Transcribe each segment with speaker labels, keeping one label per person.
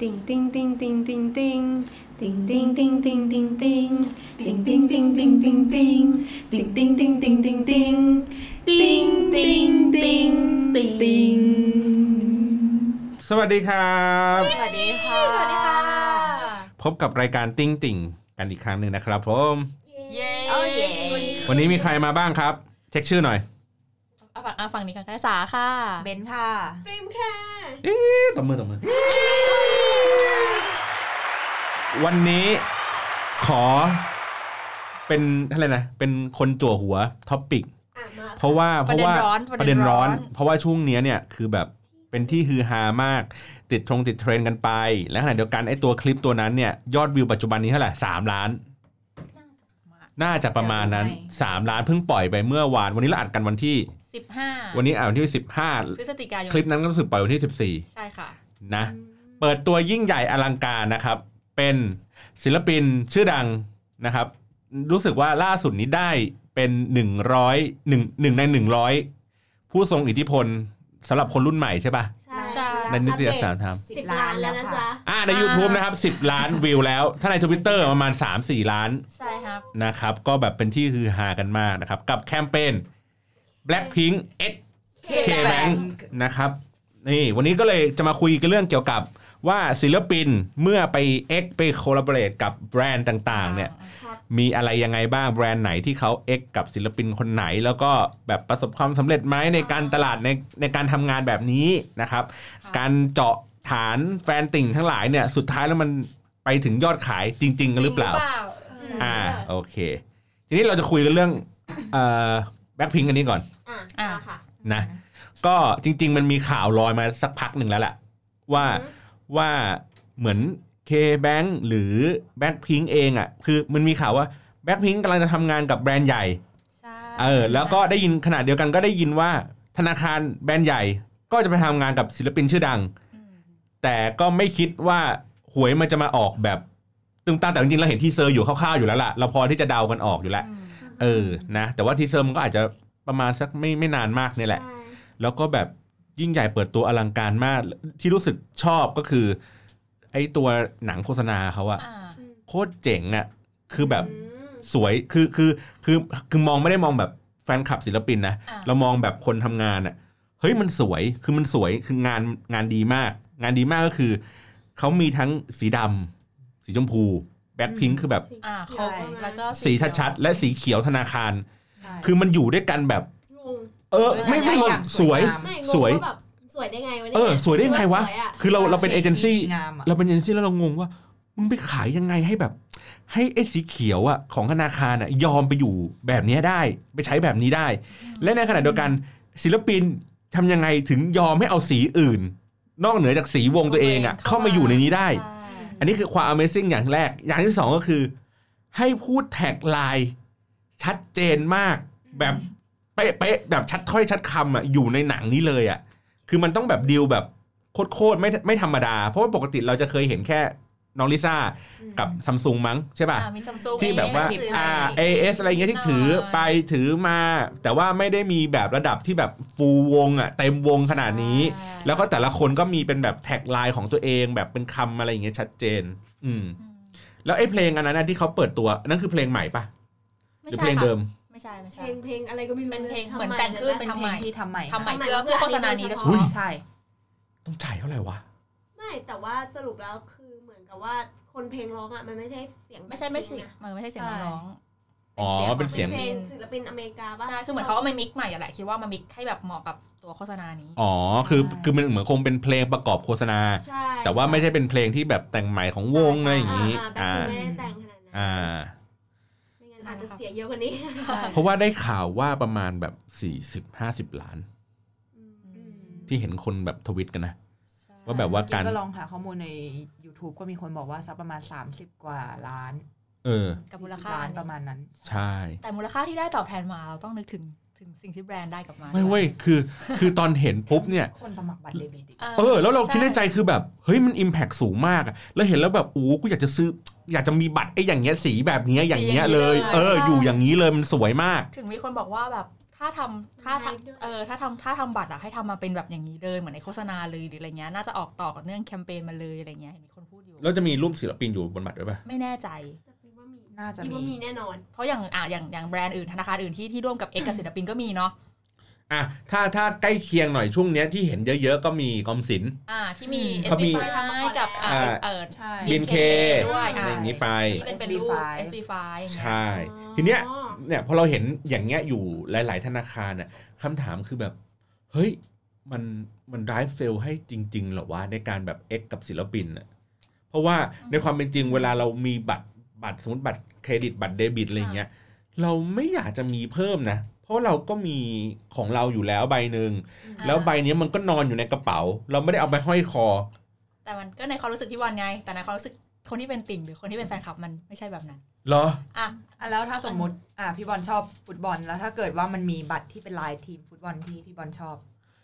Speaker 1: ติ๊งติ๊งติ๊งติ๊งติ๊งติ๊งติ๊งติ๊งติ๊งติ๊งติ๊งติ๊งติ๊งติ๊งติ๊งติ๊งติ๊งติ๊งติ๊งติ๊งติ๊งติ๊งติ๊งติ๊งติ๊งติ๊งติ๊งติ๊ง
Speaker 2: สวัสดีครับ
Speaker 3: สวัสดีค่ะ สวัสดีค่ะ
Speaker 2: พบกับรายการติ้งติ่งกันอีกครั้งหนึ่งนะครับผม
Speaker 3: เย้
Speaker 4: เอาเย้
Speaker 2: วันนี้มีใครมาบ้างครับ เช็คชื่อหน่อย
Speaker 3: เอาฝั่งเอาฝั่งนี้กันค่ะสาค่ะ
Speaker 4: เบนค่ะ
Speaker 2: เอ๊ะตบมือตบมือ วันนี้ขอ เป็นอะไรนะเป็นคนจั่วหัวท็อปปิกเพราะว่าเพราะว่า
Speaker 3: ประเด็นร้อน
Speaker 2: ประเด็นร้อน
Speaker 3: ประเด็นร้อน
Speaker 2: เพราะว่าช่วงเนี้ยเนี่ยคือแบบเป็นที่ฮือฮามาก ติดทรงติดเทรนด์กันไป และขณะเดียวกันไอ้ตัวคลิปตัวนั้นเนี่ยยอดวิวปัจจุบันนี้เท่าไหร่สามล้าน น่าจะประมาณนั้น
Speaker 4: เดี๋ยวดูไหม
Speaker 2: 3 ล้านเพิ่งปล่อยไปเมื่อวาน วันนี้เราอัดกันวันที่
Speaker 3: สิบห้า
Speaker 2: วันนี้อัดวันที่
Speaker 3: พฤศจิกายน
Speaker 2: 15 คลิปนั้นก็รู้สึกปล่อยวันที่
Speaker 3: ใช่ค่ะ
Speaker 2: 14 นะ เปิดตัวยิ่งใหญ่อลังการนะครับ เป็นศิลปินชื่อดังนะครับ รู้สึกว่าล่าสุดนี้ได้เป็น 100หนึ่งหนึ่งใน 100 ผู้ทรงอิทธิพลสำหรับคนรุ่นใหม่ใช่ปะ
Speaker 3: ใช่
Speaker 2: ในนิตยสารทำ
Speaker 4: สิบล้านแล้วนะจ๊ะ
Speaker 2: อ่าใน YouTube นะครับ 10 ล้านวิวแล้ว ถ้าใน Twitter ประมาณ 3-4 ล้าน
Speaker 3: ใช่ครับ
Speaker 2: นะครับก็แบบเป็นที่ฮือฮากันมากนะครับ กับแคมเปญ Blackpink X K Bank นะครับ นี่วันนี้ก็เลยจะมาคุยกันเรื่องเกี่ยวกับว่าศิลปินเมื่อไป X ไปคอลลาบอร์เรทกับแบรนด์ต่างๆเนี่ยมีอะไรยังไงบ้างแบรนด์ไหนที่เขา X กับศิลปินคนไหน แล้วก็แบบประสบความสำเร็จไหมในการตลาดในในการทำงานแบบนี้นะครับ การเจาะฐานแฟนติ่งทั้งหลายเนี่ยสุดท้ายแล้วมันไปถึงยอดขายจริง ๆ กันหรือเปล่า อ่าโอเค ทีนี้เราจะคุยกันเรื่องเอ่อแบ็คพิงกันนี้ก่อน
Speaker 5: อ่ะ
Speaker 3: อ่ะ
Speaker 5: มาค่ะ
Speaker 2: นะก็จริง ๆ มันมีข่าวลอยมาสักพักหนึ่งแล้วแหละว่า
Speaker 5: อือฮึ
Speaker 2: ว่าเหมือน K-Bank หรือ Blackpink เองอ่ะคือมันมีข่าวว่า Blackpink กำลังจะทำงานกับแบรนด์ใหญ่
Speaker 3: ใช่
Speaker 2: เออแล้วก็ได้ยินขณะเดียวกันก็ได้ยินว่าธนาคารแบรนด์ใหญ่ก็จะไปทำงานกับศิลปินชื่อดัง แต่ก็ไม่คิดว่าหวยมันจะมาออกแบบตึงตามแต่จริงๆเราเห็นทีเซอร์อยู่คร่าวๆอยู่แล้วล่ะเราพอที่จะเดากันออกอยู่แล้ว เออ นะ แต่ว่าทีเซอร์มันก็อาจจะประมาณสักไม่ไม่นานมากเนี่ยแหละ
Speaker 5: ใช่
Speaker 2: แล้วก็แบบยิ่งใหญ่เปิดตัวอลังการมาก ที่รู้สึกชอบก็คือ ไอ้ตัวหนังโฆษณาเขาอะ
Speaker 5: อืม
Speaker 2: โคตรเจ๋งอะคือแบบ
Speaker 5: อืม
Speaker 2: สวย คือคือคือคือมองไม่ได้มองแบบแฟนคลับศิลปินนะ
Speaker 3: อ่า
Speaker 2: เรามองแบบคนทำงานอะเฮ้ยมันสวย คือมันสวย คืองานงานดีมาก งานดีมากก็คือ เขามีทั้งสีดำสีชมพูแบ็คพิงคือแบบ
Speaker 3: อ่าครบแล้วก็
Speaker 2: สีชัดๆและสีเขียวธนาคาร คือมันอยู่ด้วยกันแบบ
Speaker 5: งง
Speaker 2: เออไม่ไม่งงสวย
Speaker 5: ไม่งง
Speaker 2: สวย
Speaker 5: ว่าแบบสวยได้ไงวะนี่
Speaker 2: เออ สวยได้ไงวะ
Speaker 5: สยอ
Speaker 2: คือเราเราเป็นเอเจนซี่
Speaker 4: งามอะ
Speaker 2: เราเป็นเอเจนซี่แล้วเรางงว่ามึงไปขายยังไงให้แบบ ให้ไอ้สีเขียวอ่ะของธนาคารอ่ะยอมไปอยู่แบบเนี้ยได้ ไปใช้แบบนี้ได้ และในขณะเดียวกันศิลปินทำยังไงถึงยอมให้เอาสีอื่น นอกเหนือจากสีวงตัวเองอ่ะเข้ามาอยู่ในนี้ได้
Speaker 3: ใช่
Speaker 2: อันนี้คือความ Amazing อย่างแรก อย่างที่สองก็คือ ให้พูดแท็กไลน์ชัดเจนมาก แบบเป๊ะๆแบบชัดถ้อยชัดคำอ่ะอยู่ในหนังนี้เลยอ่ะ คือมันต้องแบบดีลแบบโคตรๆไม่ไม่ธรรมดา เพราะว่าปกติเราจะเคยเห็นแค่น้องลิซ่ากับซัมซุงมั้งใช่ป่ะ
Speaker 3: อ่ามีซัมซุง
Speaker 2: ที่แบบว่า อ่า AS อะไรเงี้ยที่ถือไปถือมา แต่ว่าไม่ได้มีแบบระดับที่แบบฟูลวงอ่ะเต็มวงขนาดนี้
Speaker 3: ใช่
Speaker 2: แล้วก็แต่ละคนก็มีเป็นแบบแท็กไลน์ของตัวเองแบบเป็นคำอะไรอย่างเงี้ยชัดเจน อืม แล้วไอ้เพลงอันนั้นนะที่เขาเปิดตัวนั่นคือเพลงใหม่ปะหรือเพลงเดิม
Speaker 3: ไม่ใช่ไม่
Speaker 5: เพ
Speaker 3: ใช่
Speaker 5: ลงเพลงอะไรก็ไม่รู้
Speaker 3: เป็นเพลง
Speaker 5: ยทำ
Speaker 3: เหมือน
Speaker 5: ไ
Speaker 3: แต่งขึ้น
Speaker 5: ลยะ
Speaker 4: เป็นเพลงที่ทำใหม่
Speaker 3: ทำใหม่เพื่อเพื่อโฆษณานี้โดยเฉ
Speaker 2: อุ๊ย
Speaker 3: พาะ
Speaker 4: ใช่
Speaker 2: ต้องจ่ายเท่าไหร่วะ
Speaker 5: ไม่แต่ว่าสรุปแล้วคือเหมือนกับว่าคนเพลงร้องอ่ะมันไม่ใช่เสียง
Speaker 3: ไม่ใช่ไม่เสียง
Speaker 5: นะ
Speaker 3: มันไม่ใช่เสียงน้อง
Speaker 2: อ๋อเป็นเสียง
Speaker 5: เพลงศิลปินอเมริกาป่ะ
Speaker 3: ใช่คือเหมือนเขาก็มามิกใหม่อะแหละคิดว่ามามิกให้แบบเหมาะกับตัวโฆษณานี้
Speaker 2: อ๋อ คือคือมันเหมือนคงเป็นเพลงประกอบโฆษณา
Speaker 5: ใช่
Speaker 2: แต่ว่าไม่ใช่เป็นเพลงที่แบบแต่งใหม่ของวงอะไรอย่างนี้
Speaker 5: อ่า
Speaker 2: อ่า
Speaker 5: ไม่ได้แต่งขนาดนั้น
Speaker 2: อ่า
Speaker 5: ไม่งั้นอาจจะเสียเยอะกว่านี้
Speaker 2: เพราะว่าได้ข่าวว่าประมาณแบบ 40-50 ล้าน ที่เห็นคนแบบทวิตกันนะ ว่าแบบว่าการ
Speaker 4: เมื่อก็ลองหาข้อมูลใน YouTube ก็มีคนบอกว่าสักประมาณ 30 กว่าล้าน
Speaker 2: เออ
Speaker 3: กับมูลค่า
Speaker 4: 40ล้านประมาณนั้น
Speaker 2: ใช่
Speaker 3: แต่มูลค่าที่ได้ตอบแทนมาเราต้องนึกถึงถึงสิ่งที่แบรนด์ได้กลับมา
Speaker 2: ไม่เว้ยคือ คือตอนเห็นปุ๊บเนี่ย
Speaker 4: คนสมัครบัตรเดบิตอีก
Speaker 2: เออ แล้วเราคิดในใจคือแบบ เฮ้ยมันอิมแพ t สูงมากอะแล้วเห็นแล้วแบบโอ้กูอยากจะซื้อ อยากจะมีบัตรไอ้อย่างเงี้ยสีแบบเนี้ยอย่างเงี้ยเลย เออ อยู่อย่างนี้เลยมันสวยมาก
Speaker 3: ถึงมีคนบอกว่าแบบท ถ้าทำถ้า
Speaker 5: ไลฟ์ด้วย
Speaker 3: ทำเออถ้าทำถ้าทำบัตรอะให้ทำมาเป็นแบบอย่างนี้เลยเหมือนในโฆษณาเลยหรืออะไรเงี้ยน่าจะออกต่อกับเนื่องแคมเปญมาเลยอะไรเงี้ยเห็นมีคนพูดอยู่
Speaker 2: แล้วจะมีรูปศิลปินอยู่บนบัตรด้วยป่ะ
Speaker 3: ไม่แน่ใจ
Speaker 5: แต่คิดว่ามี
Speaker 4: น่าจะ
Speaker 5: คิดว่า
Speaker 4: มี
Speaker 5: มีแน่นอน
Speaker 3: เพราะอย่างอ่ะอย่างอย่างแบรนด์อื่นธนาคารอื่นที่ที่ร่วมกับเอกกับศิลปินก็มีเนาะ
Speaker 2: อ่ะถ้าถ้าใกล้เคียงหน่อยช่วงเนี้ยที่เห็นเยอะๆก็มีกอมสิน
Speaker 3: อ่าที่มีเอส
Speaker 2: เขามี
Speaker 3: บีไฟกับอ่า
Speaker 2: อ่า
Speaker 3: เออ
Speaker 4: ใช่
Speaker 3: มี
Speaker 2: BNK
Speaker 3: ด้วย
Speaker 2: อะไรอย่างนี้ไป
Speaker 3: ที่เป็นเป็นรูป
Speaker 4: SB5
Speaker 3: S V 5
Speaker 2: ใช่ ทีเนี้ยเนี่ยพอเราเห็นอย่างเงี้ยอยู่หลาย ๆ ธนาคารน่ะคำถามคือแบบ เฮ้ย มันมันไดฟ์เฟลให้จริง ๆ เหรอวะ ในการแบบเอ็กกับศิลปินน่ะเพราะว่าในความเป็นจริงเวลาเรามีบัตรบัตรสมมติบัตรเครดิตบัตรเดบิตอะไรอย่างเงี้ยเราไม่อยากจะมีเพิ่มนะ เพราะเราก็มีของเราอยู่แล้วใบหนึ่งแล้วใบเนี้ยมันก็นอนอยู่ในกระเป๋า เราไม่ได้เอาไปห้อยคอ
Speaker 3: แต่มันก็ในความรู้สึกพี่วันไง แต่ในความรู้สึกคนที่เป็นติ่งหรือคนที่เป็นแฟนคลับมันไม่ใช่แบบนั้น
Speaker 2: เหรอ
Speaker 3: อ่ะ
Speaker 4: อ่ะแล้วถ้าสมมติอ่ะพี่บอลชอบฟุตบอลแล้วถ้าเกิดว่ามันมีบัตรที่เป็นลายทีมฟุตบอลที่พี่บอลชอบ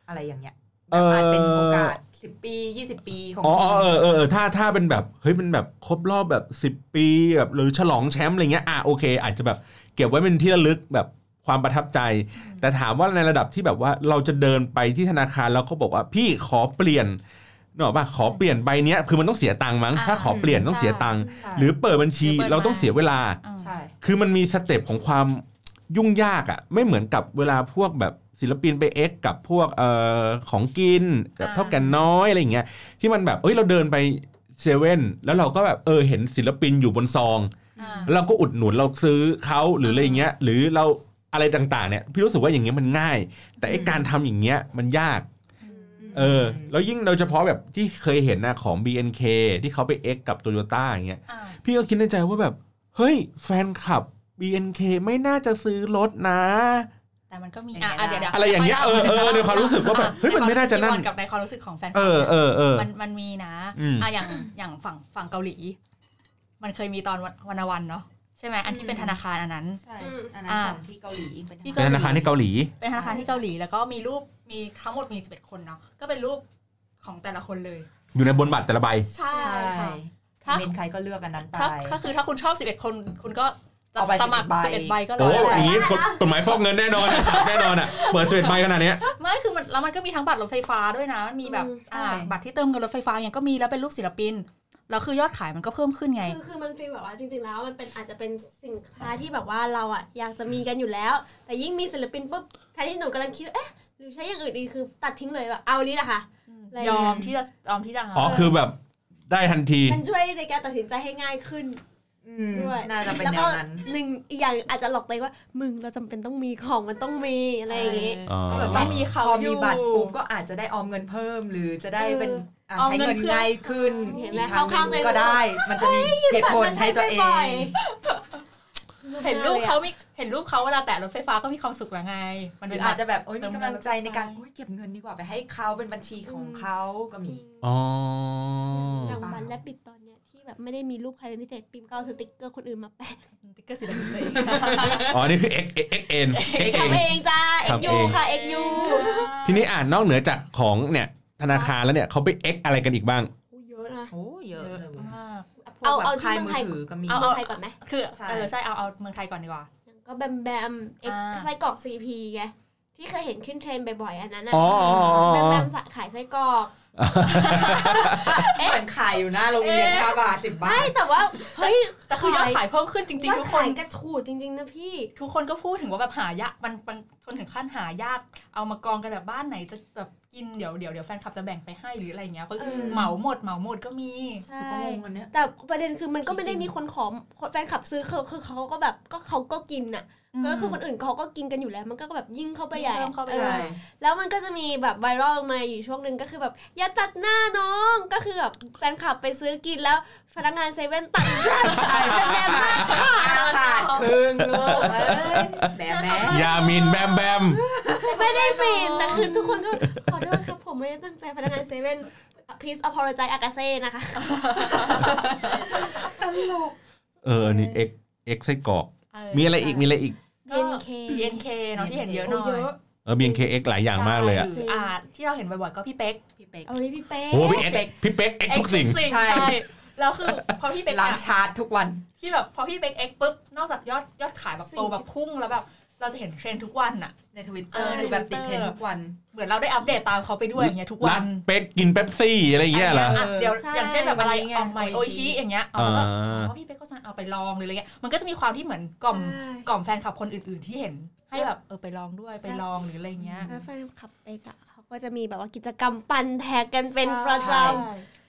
Speaker 4: อะไรอย่างเงี้ย
Speaker 2: เอ่อ
Speaker 4: อาจเป็นโอกาสสิบปียี่สิบปีของ
Speaker 2: อ๋ออ๋อเอ
Speaker 4: ทีม
Speaker 2: อเออเออถ้าถ้าเป็นแบบเฮ้ยเป็นแบบครบรอบแบบ 10 ปีแบบหรือฉลองแชมป์อะไรเงี้ยอ่ะโอเค อาจจะแบบเก็บไว้เป็นที่ระลึกแบบความประทับใจ
Speaker 3: ม
Speaker 2: แต่ถามว่าในระดับที่แบบว่าเราจะเดินไปที่ธนาคารแล้วเขาบอกว่าพี่ขอเปลี่ยนเนกอะป่ะขอเปลี่ยนใบเนี้ยคือมันต้องเสียตังค์มั้ง
Speaker 3: อ่า
Speaker 2: ถ้าขอเปลี่ยนต้องเสียตังค์
Speaker 4: ใช่
Speaker 2: หรือเปิดบัญชี
Speaker 3: หรือเปิด
Speaker 2: เราต้องเสียเวลา
Speaker 3: อืม
Speaker 4: ใช่
Speaker 2: คือมันมีสเต็ปของความยุ่งยากอะ่ะไม่เหมือนกับเวลาพวกแบบศิลปินไปเอ็กซ์กับพวกเอ่อของกินกับเท่าแกันน้อยอะไรอย่างเงี้ยที่มันแบบเอ้ยเราเดินไปเซเว่นแล้วเราก็แบบเออเห็นศิลปินอยู่บนซอง
Speaker 3: อ่า
Speaker 2: แล้วเราก็อุดหนุนเราซื้อเขาหรืออะไรอย่างเงี้ยหรือเราอะไรต่างๆเนี่ยพี่รู้สึกว่าอย่างเงี้ยมันง่าย แต่ไอ
Speaker 3: อืม
Speaker 2: การทำอย่างเงี้ยมันยากเออแล้วยิ่งโดยเฉพาะแบบที่เคยเห็นนะของ BNK ที่เขาไปเอ็กซ์กับโตโยต้าอย่างเงี้ย
Speaker 3: อ่า
Speaker 2: พี่ก็คิดในใจว่าแบบ เฮ้ย แฟนคลับ BNK ไม่น่าจะซื้อรถนะ
Speaker 3: แต่มันก็มีอ่ะอ่ะเดี๋ยวดี๋ว
Speaker 2: อะไรอย่างเงี้ยเออเออเออในความรู้สึกว่าแบบเฮ้ยมันไม่น่าจะนั่น
Speaker 3: ใควมรู้สึกพี่บอลกับในความรู้สึกของแฟนคลับ
Speaker 2: เออเออเออ
Speaker 3: มันมันมีนะ
Speaker 2: อืม
Speaker 3: อ่ะอย่างอย่างฝั่งฝั่งเกาหลี มันเคยมีตอนวันวันวันเนาะใช่ไหมอันที่เป็นธนาคารอันนั้น
Speaker 4: ใช่
Speaker 5: อืม
Speaker 4: อันนั้น
Speaker 3: อ่า
Speaker 4: ของที่เกาหลีเป็น
Speaker 3: ที่
Speaker 2: เป็นธนาคารในเกาหลี
Speaker 3: เป็นธนาคารที่เกาหลีแล้วก็มีรูปมีทั้งหมดมี11คนเนาะก็เป็นรูปของแต่ละคนเลย
Speaker 2: อยู่ในบนบัตรแต่ละใบ
Speaker 3: ใช่
Speaker 4: ใช่
Speaker 3: ค่ะ
Speaker 4: ถ้า
Speaker 3: ถ้า
Speaker 4: เป็นใครก็เลือกอันนั้นไป
Speaker 3: ถ้าก็คือถ้าคุณชอบ 11 คนคุณก็จะ
Speaker 4: เอาไป
Speaker 3: สมัคร
Speaker 4: 11
Speaker 3: 11 ใบก็เล
Speaker 2: โอ้
Speaker 3: ย
Speaker 2: อ
Speaker 3: ได้
Speaker 2: ย่างนี้กฎกฎหมายฟอกเงินแน่นอนจับแน่นอนอ่ะ เปิดสเวตใบขนาดเนี้ย
Speaker 3: ไม่คือมันแล้วมันก็มีทั้งบัตรรถไฟฟ้าด้วยนะมันมีแบบ
Speaker 5: อืม
Speaker 3: อ่า
Speaker 4: ใช่
Speaker 3: บัตรที่เติมเงินรถไฟฟ้าเนี่ยก็มีแล้วเป็นรูปศิลปินแล้วคือยอดขายมันก็เพิ่มขึ้นไง
Speaker 5: คือคือมันฟีลแบบว่าจริง ๆ แล้วมันเป็นอาจจะเป็นสินค้าที่แบบว่าเราอ่ะอยากจะมีกันอยู่แล้ว แต่ยิ่งมีศิลปินปุ๊บใครที่หนูกำลังคิดว่าเอ๊ะหรือใช้อย่างอื่นดีคือตัดทิ้งเลยแบบเอานี่แหละค่ะ อะไร
Speaker 3: ยอม
Speaker 5: นะ
Speaker 3: ที่จะยอมที่จะ
Speaker 2: อ๋อ คือแบบได้ทันที
Speaker 5: มันช่วยในการตัดสินใจให้ง่ายขึ้น
Speaker 4: อืม
Speaker 5: ด้วย
Speaker 4: น่าจะเป็น
Speaker 5: แล้ว
Speaker 4: แน
Speaker 5: ก็
Speaker 4: วนั้น
Speaker 5: หนึ่งอีกอย่างอาจจะหลอกตัวเองว่า มึงเราจำเป็นต้องมีของมันต้องมีอะไรอย่างงี้
Speaker 2: อ๋อ
Speaker 4: ก็แบบ
Speaker 3: ต้
Speaker 4: ว่า
Speaker 3: องมีเขา
Speaker 4: พอ
Speaker 3: อ
Speaker 4: มี
Speaker 3: ยู่
Speaker 4: บัตรปุ๊บก็อาจจะได้ออมเงินเพิ่ม หรือจะได้เป็นอ่ะ
Speaker 3: เออออม
Speaker 4: ใช้
Speaker 3: เงิ
Speaker 4: เงิ
Speaker 3: น
Speaker 4: น
Speaker 3: เพิ่ม
Speaker 4: ง่ายขึ้น
Speaker 5: เห็นไหม
Speaker 4: อีกครั้งห
Speaker 5: เข้าข้างตั
Speaker 4: นึ่
Speaker 5: วเอง ง
Speaker 4: ก็ได้ มันจะมีเหตุผลให้ตัวเอง
Speaker 3: เห็นรูปเขามีเห็นรูปเขาเวลาแตะรถไฟฟ้าก็มีความสุขแล้วไง มัน
Speaker 4: ห
Speaker 3: เป็
Speaker 4: รื
Speaker 3: น
Speaker 4: อ
Speaker 3: อา
Speaker 4: อา
Speaker 3: จ
Speaker 4: จ
Speaker 3: จะ
Speaker 4: จะแบบโอ้ยมีกำลังใจในการ
Speaker 3: เติมเงิน
Speaker 4: โอ้ยเก็บเงินดีกว่าไปให้เขาเป็นบัญชีของเขาก็มี
Speaker 2: อ๋อ
Speaker 5: อย่างวันและปิดตอนเนี้ยที่แบบไม่ได้มีรูปใครเป็นพิเศษปิมก็เอาสติ๊กเกอร์คนอื่นมาแปะ
Speaker 3: ติ๊กเกอร์ศิลปินตัวเอง
Speaker 2: อ๋อ นี่คือ x x n x
Speaker 5: ทำเองจ้า
Speaker 2: ครับ
Speaker 5: XU
Speaker 2: เอง
Speaker 5: ค่ะ XU
Speaker 2: ทีนี้อ่านนอกเหนือจากของเนี่ยธนาคารแล้วเนี่ยเขาไป x อะไรกันอีกบ้าง
Speaker 5: อู้เยอะนะ
Speaker 4: โอ้เยอะเลย
Speaker 3: มาก
Speaker 4: พวกแบบ
Speaker 5: เอาเอาที่
Speaker 4: ค่าย
Speaker 5: เมื
Speaker 4: มื
Speaker 5: อไทย
Speaker 4: องถือก็มี
Speaker 5: เอาเอาใครก่อนไหม
Speaker 3: คือ
Speaker 4: ใช่
Speaker 3: เออใช่เอาเอาเมืองไทยก่อนดีกว่า
Speaker 5: อย่างก็แบมแบมเอ็ก
Speaker 3: อ่า
Speaker 5: ไส้กรอก CP ไงที่เคยเห็นขึ้นเทรนด์บ่อยๆอันนั้นน่ะ
Speaker 2: อ๋ออ๋ออ๋อ
Speaker 5: แบมแบมสะขายไส้กรอก
Speaker 4: เหมือนขายอยู่หน้าโรงเรียนห้าบาทสิบบา
Speaker 5: ไม่
Speaker 4: ท
Speaker 5: แต่ว่าเฮ้ย
Speaker 3: แต่คือยอดขายเพิ่มขึ้นจริงๆ ทุกคน
Speaker 5: ยอดขายกระถูดจริงๆนะพี่
Speaker 3: ทุกคนก็พูดถึงว่าแบบหายากมันมันจนถึงขั้นหายาก เอามากองกันแบบบ้านไหนจะแบบกินเดี๋ยวเดี๋ยวเดี๋ยวแฟนคลับจะแบ่งไปให้หรืออะไรเงี้ยก็
Speaker 5: เออ
Speaker 3: เหมาหมดเหมาหมดก็มี
Speaker 5: ใช่
Speaker 4: ก็งงอันเนี้ย
Speaker 5: แต่ประเด็นคือมันก็ไม่ได้
Speaker 4: จริงๆ
Speaker 5: มีคนขอคนแฟนคลับซื้อคือคือเขาก็แบบก็เขาก็กินอ่ะก็คือคนอื่นเขาก็กินกันอยู่แล้ว มันก็แบบยิ่งเข้าไปใหญ่
Speaker 3: ยิ่งเพิ่มเข้าไป
Speaker 5: อ
Speaker 4: ใช่
Speaker 5: อแล้วมันก็จะมีแบบไวรัลมาอยู่ช่วงหนึ่งก็คือแบบอย่าตัดหน้าน้องก็คือแบบแฟนคลับไปซื้อกินแล้วพนักงานเซเว่นตัดหน้าแบบแบบหน้าขาด
Speaker 4: ขาดครึ่งลูกเอ้ยแหมแหม
Speaker 2: ยามินแบมแบม
Speaker 5: ไม่ได้ปิดแต่คือทุกคนก็ขอโทษครับผมไม่ได้ตั้งใจพนักงานเซเว่นพีซอพอลใจอากาเซ่นะคะ
Speaker 4: ตลก
Speaker 2: เอออันนี้ x x ไส้กรอก
Speaker 3: เ
Speaker 2: มีอะไรอีก มีอะไรอีก
Speaker 3: ก็
Speaker 5: BNK
Speaker 3: BNK เนาะที่เห็นเยอะหน่อย
Speaker 2: เออ BNKX หลายอย่างมากเลยอ่ะ
Speaker 3: ใช่หรืออ่าที่เราเห็นบ่อยๆก็พี่เป๊ก
Speaker 4: พี่เป๊ก
Speaker 5: เอาไว้พี่เป้
Speaker 2: โหพี่เอ็ก
Speaker 4: เป๊ก
Speaker 2: พี่เป๊ก X ทุกสิ่ง
Speaker 3: ใช่
Speaker 4: ใช่
Speaker 3: แล้วคือพอพี่เป็
Speaker 4: เป็
Speaker 3: น น
Speaker 4: ล้าง
Speaker 3: อะ
Speaker 4: ชาร์จทุกวัน
Speaker 3: ที่แบบพอพี่เป็นเอ็กปุ๊บ นอกจากยอดยอดขายแบบโตแบบพุ่งแล้วแบบ เราจะเห็นเทรนด์ทุกวันน่ะ
Speaker 4: ในทวิตเต
Speaker 3: เอ
Speaker 4: อ
Speaker 3: อ
Speaker 4: ร์
Speaker 3: ใน
Speaker 4: คือแบบติด
Speaker 3: Twitter
Speaker 4: เทรนด์ทุกวัน
Speaker 3: เหมือนเราได้อัปเดตตามเขาไปด้วยอย่างเงี้ยทุก
Speaker 2: รั
Speaker 3: วั
Speaker 2: ด
Speaker 3: น
Speaker 2: เป๊กกินเป๊ปซี่อะไรอย่างเงี้ยเหรอ
Speaker 3: ะเดี๋ยวอย่างเช่นแบบอะไร
Speaker 4: วันนี้ไง
Speaker 3: ออกใหม่โอ
Speaker 4: โออิ
Speaker 3: อิ
Speaker 4: ชิ
Speaker 3: ชิอย่างเงี้ยเอาแล้วก็
Speaker 2: อ่า
Speaker 3: อ๋อพี่เป๊กก็จะเอาไปลองเลยอะไรเงี้ยมันก็จะมีความที่เหมือนกล่อม กล่อมแฟนคลับคนอื่นๆที่เห็นให้แบบเออไปลองด้วยไปลองหรืออะไรเงี้ย
Speaker 5: แล้วแฟนคลับเอกอะเขาก็จะมีแบบว่ากิจกรรมปั่นแท็กกันเป็นประจ
Speaker 3: ใช่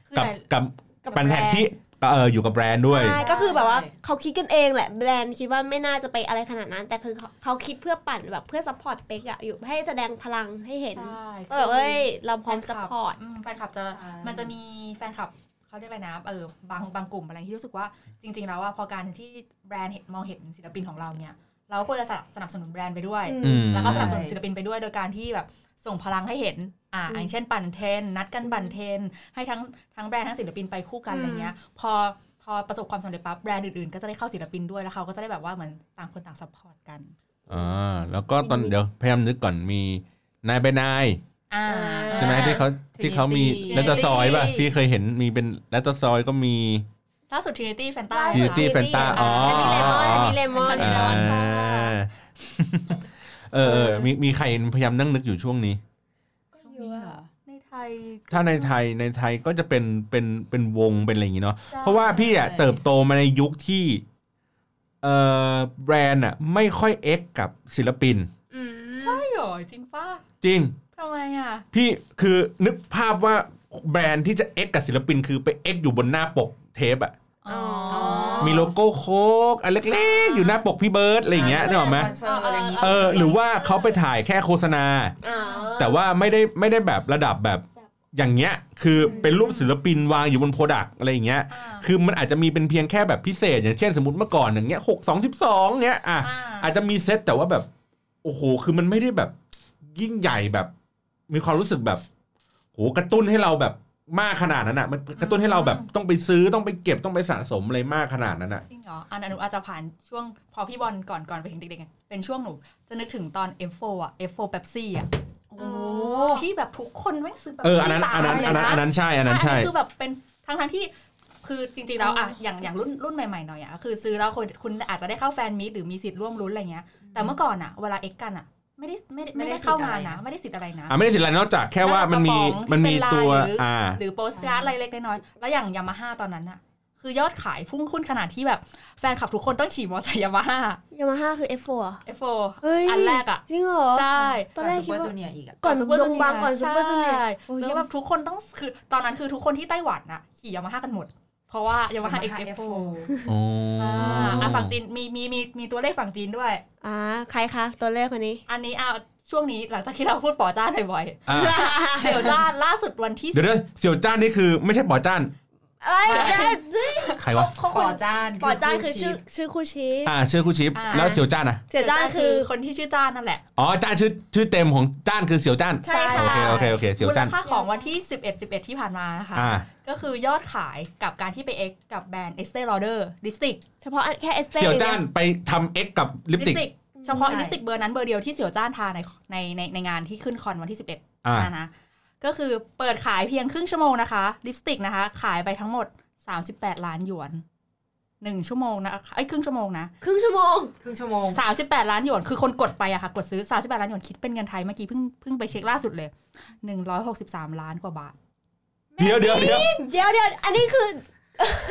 Speaker 3: คือ
Speaker 2: กับ
Speaker 3: หลาย
Speaker 2: กับ
Speaker 3: กับ
Speaker 2: ปันแท็ก
Speaker 3: แบรนด์
Speaker 2: ที่เอออยู่กับแบรนด์ด้วย
Speaker 5: ำใช่ก็คือแบบว่าเขาคิดกันเองแหละแบรนด์คิดว่าไม่น่าจะไปอะไรขนาดนั้น แต่คือเขาเขาคิดเพื่อปั่นแบบเพื่อซัพพอร์ตเป๊กอะอยู่ให้แสดงพลังให้เห็น
Speaker 3: ใช่
Speaker 5: ก็แบบเอ้ยเราพร้อมซัพพอร์ต
Speaker 3: อืมแฟนคลับจะ
Speaker 4: ใช่
Speaker 3: มันจะมีแฟนคลับเขาเรียกอะไรนะเออบางบางกลุ่มอะไรที่รู้สึกว่าจริง ๆ แล้วว่าพอการที่แบรนด์เห็นมองเห็นศิลปินของเราเนี่ย เราควรจะสนับสนุนแบรนด์ไปด้วย
Speaker 2: อืม
Speaker 3: แล้วก็สนับสนุนศิลปินไปด้วยโดยการที่แบบส่งพลังให้เห็น อ่า
Speaker 5: อืม
Speaker 3: อย่างเช่นปั่นเทรนนัดกันปั่นเทรนให้ทั้งทั้งแบรนด์ทั้งศิลปินไปคู่กัน
Speaker 4: อืม
Speaker 3: อะไรเงี้ย พอพอประสบความสำเร็จปั๊บแบรนด์อื่นๆ ก็จะได้เข้าศิลปินด้วยแล้วเขาก็จะได้แบบว่าเหมือนต่างคนต่างซัพพอร์ตกัน
Speaker 2: อ่าแล้วก็ตอนเดี๋ยวพยายามนึกก่อนมีนายเป็นนาย
Speaker 3: อ่า
Speaker 2: ใช่ไหมที่เขาที่เขามี
Speaker 4: Trinity
Speaker 2: แลตซอยป่ะ
Speaker 3: Trinity
Speaker 2: พี่เคยเห็นมีเป็นแลตซอยก็มี
Speaker 3: ล่าสุด Trinity f a n t a
Speaker 5: ใช่
Speaker 2: Trinity
Speaker 5: ค่ะ
Speaker 2: Fanta อ๋อ
Speaker 5: อันนี้เลมอน
Speaker 2: อ๋ออ๋ออั
Speaker 5: อันนี้เล
Speaker 3: อันนี้
Speaker 5: มอน
Speaker 2: อ่า เออเออมีมีใครพยายามนั่งนึกอยู่ช่วงนี้
Speaker 4: ช่วงนี้เหรอ
Speaker 3: ในไทย
Speaker 2: ถ้าในไทยในไทยก็จะเป็นเป็นเป็นวงเป็นอะไรอย่างงี้เนาะ
Speaker 3: ใช่
Speaker 2: เพราะว่าพี่อ่ะ
Speaker 4: ใช่
Speaker 2: เติบโตมาในยุคที่เออแบรนด์อ่ะไม่ค่อยเอ็กซ์กับศิลปิน
Speaker 3: ใช่เหรอจริงป่ะ
Speaker 2: จริง
Speaker 3: ทำไมอ่ะ
Speaker 2: พี่คือนึกภาพว่าแบรนด์ที่จะเอ็กกับศิลปินคือไปเอ็กอยู่บนหน้าปกเทปอะ
Speaker 3: อ๋อ
Speaker 2: มีโลโก้โค้กอันเล็กๆ อยู่หน้าปกพี่เบิร์ดอะไรอย่างเงี้ยนึกออกไหม
Speaker 4: คอนเสิร์ตอะไรอย่างงี้
Speaker 2: เออหรือว่าเขาไปถ่ายแค่โฆษณา แต่ว่าไม่ได้ไม่ได้แบบระดับแบบอย่างเงี้ยคือเป็นรูปศิลปินวางอยู่บนโปรดักอะไรอย่างเงี้ย
Speaker 3: อ่า
Speaker 2: คือมันอาจจะมีเป็นเพียงแค่แบบพิเศษ อย่างเช่นสมมติเมื่อก่อนอย่างเงี้ยหกสองสิบสองเงี้ยอ่ะ
Speaker 3: อ่า
Speaker 2: อาจจะมีเซตแต่ว่าแบบโอ้โหคือมันไม่ได้แบบยิ่งใหญ่แบบ มีความรู้สึกแบบโหกระตุ้นให้เราแบบมากขนาดนั้นอ่ะ มันกระตุ้นให้เราแบบต้องไปซื้อต้องไปเก็บต้องไปสะสมอะไรมากขนาดนั้นอ่ะ
Speaker 3: จริงเหรออันอนุอาจจะผ่านช่วงพอพี่บอลก่อนก่อนไปถึงเด็กๆอะเป็นช่วงหนูจะนึกถึงตอน F4 อ่ะ F4 p e p s i อ่ะ
Speaker 4: โอ้
Speaker 3: ที่แบบทุกคนไม่งซื้อแบบ
Speaker 2: เอออันนั้น
Speaker 3: ตา
Speaker 2: อันนั้น
Speaker 3: เลยะ
Speaker 2: อันนั้นอันนั้นใช่อันนั้นใช่
Speaker 3: คือแบบเป็นทั้งทั้งๆที่ คือจริงๆแล้วอ่ะอย่างอย่างรุ่นรุ่นใหม่ๆหน่อยอ่ะคือซื้อแล้วคนคุณอาจจะได้เข้าแฟนมีตหรือมีสิทธิ์ร่วมรุ้นอะไรเงี้ยแต่เมื่อก่อนอ่ะเวลาเอ็กกันอ่ะไม่ได้ไม่ได้ไม่ได้เข้างานนะไม่ได้สิทธิ์อะไรนะ
Speaker 2: อ่ะไม่ได้สิทธิ์อะไรนอกจากแค่ว่ามันมีมันมีตัวอ่า
Speaker 3: หรือโปสการ์ดอะไรเล็กๆน้อยๆแล้วอย่างยามาฮ่าตอนนั้นอะคือยอดขายพุ่งขึ้นขนาดที่แบบแฟนคลับทุกคนต้องขี่มอเตอร์ไซค์ยามาฮ่า
Speaker 5: ยามาฮ่าคือ F4 อะ
Speaker 3: F4
Speaker 5: เฮ้ย
Speaker 3: อันแรกอะ
Speaker 5: จริงเหรอ
Speaker 3: ใช่
Speaker 5: ตอนแรกคิด
Speaker 4: ก่
Speaker 5: ว่า
Speaker 4: อน Super Junior อีกอะ
Speaker 5: ก่อน
Speaker 3: Super
Speaker 5: ดงบัง
Speaker 3: Junior
Speaker 5: ก่อนซุปเปอร์จูเนีย
Speaker 3: ใช่
Speaker 5: ร์โอ้ย
Speaker 3: แล้วแบบทุกคนต้องคือตอนนั้นคือทุกคนที่ไต้หวันอะขี่ยามาฮ่ากันหมด เพราะว่ายามาฮ่า F4 อ่าอ่ะฝั่งจีนมีมีมีมีตัวเลขฝั่งจีนด้วย
Speaker 5: อ่าใครคะตัวเลขคนนี้
Speaker 3: อันนี้เอาช่วงนี้หลังจากที่เราพูดป๋อจ้าน บ่อย
Speaker 2: อ่ะ
Speaker 3: ๆเสี่ยวจ้านล่าสุดวันที่
Speaker 2: เดี๋ยวเดี๋ยวเสี่ยวจ้านนี่คือไม่ใช่ป๋อจ้าน
Speaker 5: เอ้ยเจ๊
Speaker 2: ใครวะ
Speaker 5: เขาค
Speaker 4: ก่
Speaker 5: น
Speaker 4: อจ้าน
Speaker 5: ก่อจ้านคือชื่อชื่อคู่ชี
Speaker 2: อ่าชื่อคู่ชิปแล้วเสี่ยวจ้านอ่ะ
Speaker 5: เสียจ้านคือ
Speaker 3: คนที่ชื่อจ้านนั่นแหละ
Speaker 2: อ๋อจ้านชื่อชื่อเต็มของจ้านคือเสี่ยวจ้าน
Speaker 3: ใช่ค่ะ
Speaker 2: โอเคโอเคโอเคเสี่ยว
Speaker 3: มูล
Speaker 2: จ้าน
Speaker 3: ค่าของวันที่ 11 11 ที่ผ่านมานะคะ
Speaker 2: อ่า
Speaker 3: ก็คือยอดขายกับการที่ไปเอ็กกับแบรนด์เอสเต l a u อ d e r ลิปสติก
Speaker 5: เฉพาะอันแค่เอสเต้
Speaker 2: เสี่ยวจ้านไปทำเอ็กกับลิปติก
Speaker 3: เฉพาะลิปสติกเบอร์นั้นเบอร์เดียวที่เสี่ยวจ้านทาในในในในงานที่ขึ้นคอนวันที่ 11
Speaker 2: อ่า
Speaker 3: นะนะก็คือเปิดขายเพียงครึ่งชั่วโมงนะคะ ลิปสติกนะคะ ขายไปทั้งหมด 38 ล้านหยวนหนึ่งชั่วโมงนะคะไอ้ยครึ่งชั่วโมงนะ
Speaker 5: ครึ่งชั่วโมง
Speaker 4: ครึ่งชั่วโมง
Speaker 3: 38 ล้านหยวนคือคนกดไปอะค่ะ กดซื้อ 38 ล้านหยวนคิดเป็นเงินไทยเมื่อกี้เพิ่งเพิ่งไปเช็คล่าสุดเลย163 ล้านกว่าบาท
Speaker 2: เดี๋ยวเดี๋ยวเดี๋ยว
Speaker 5: เดี๋ยวเดี๋ยวอันนี้คือ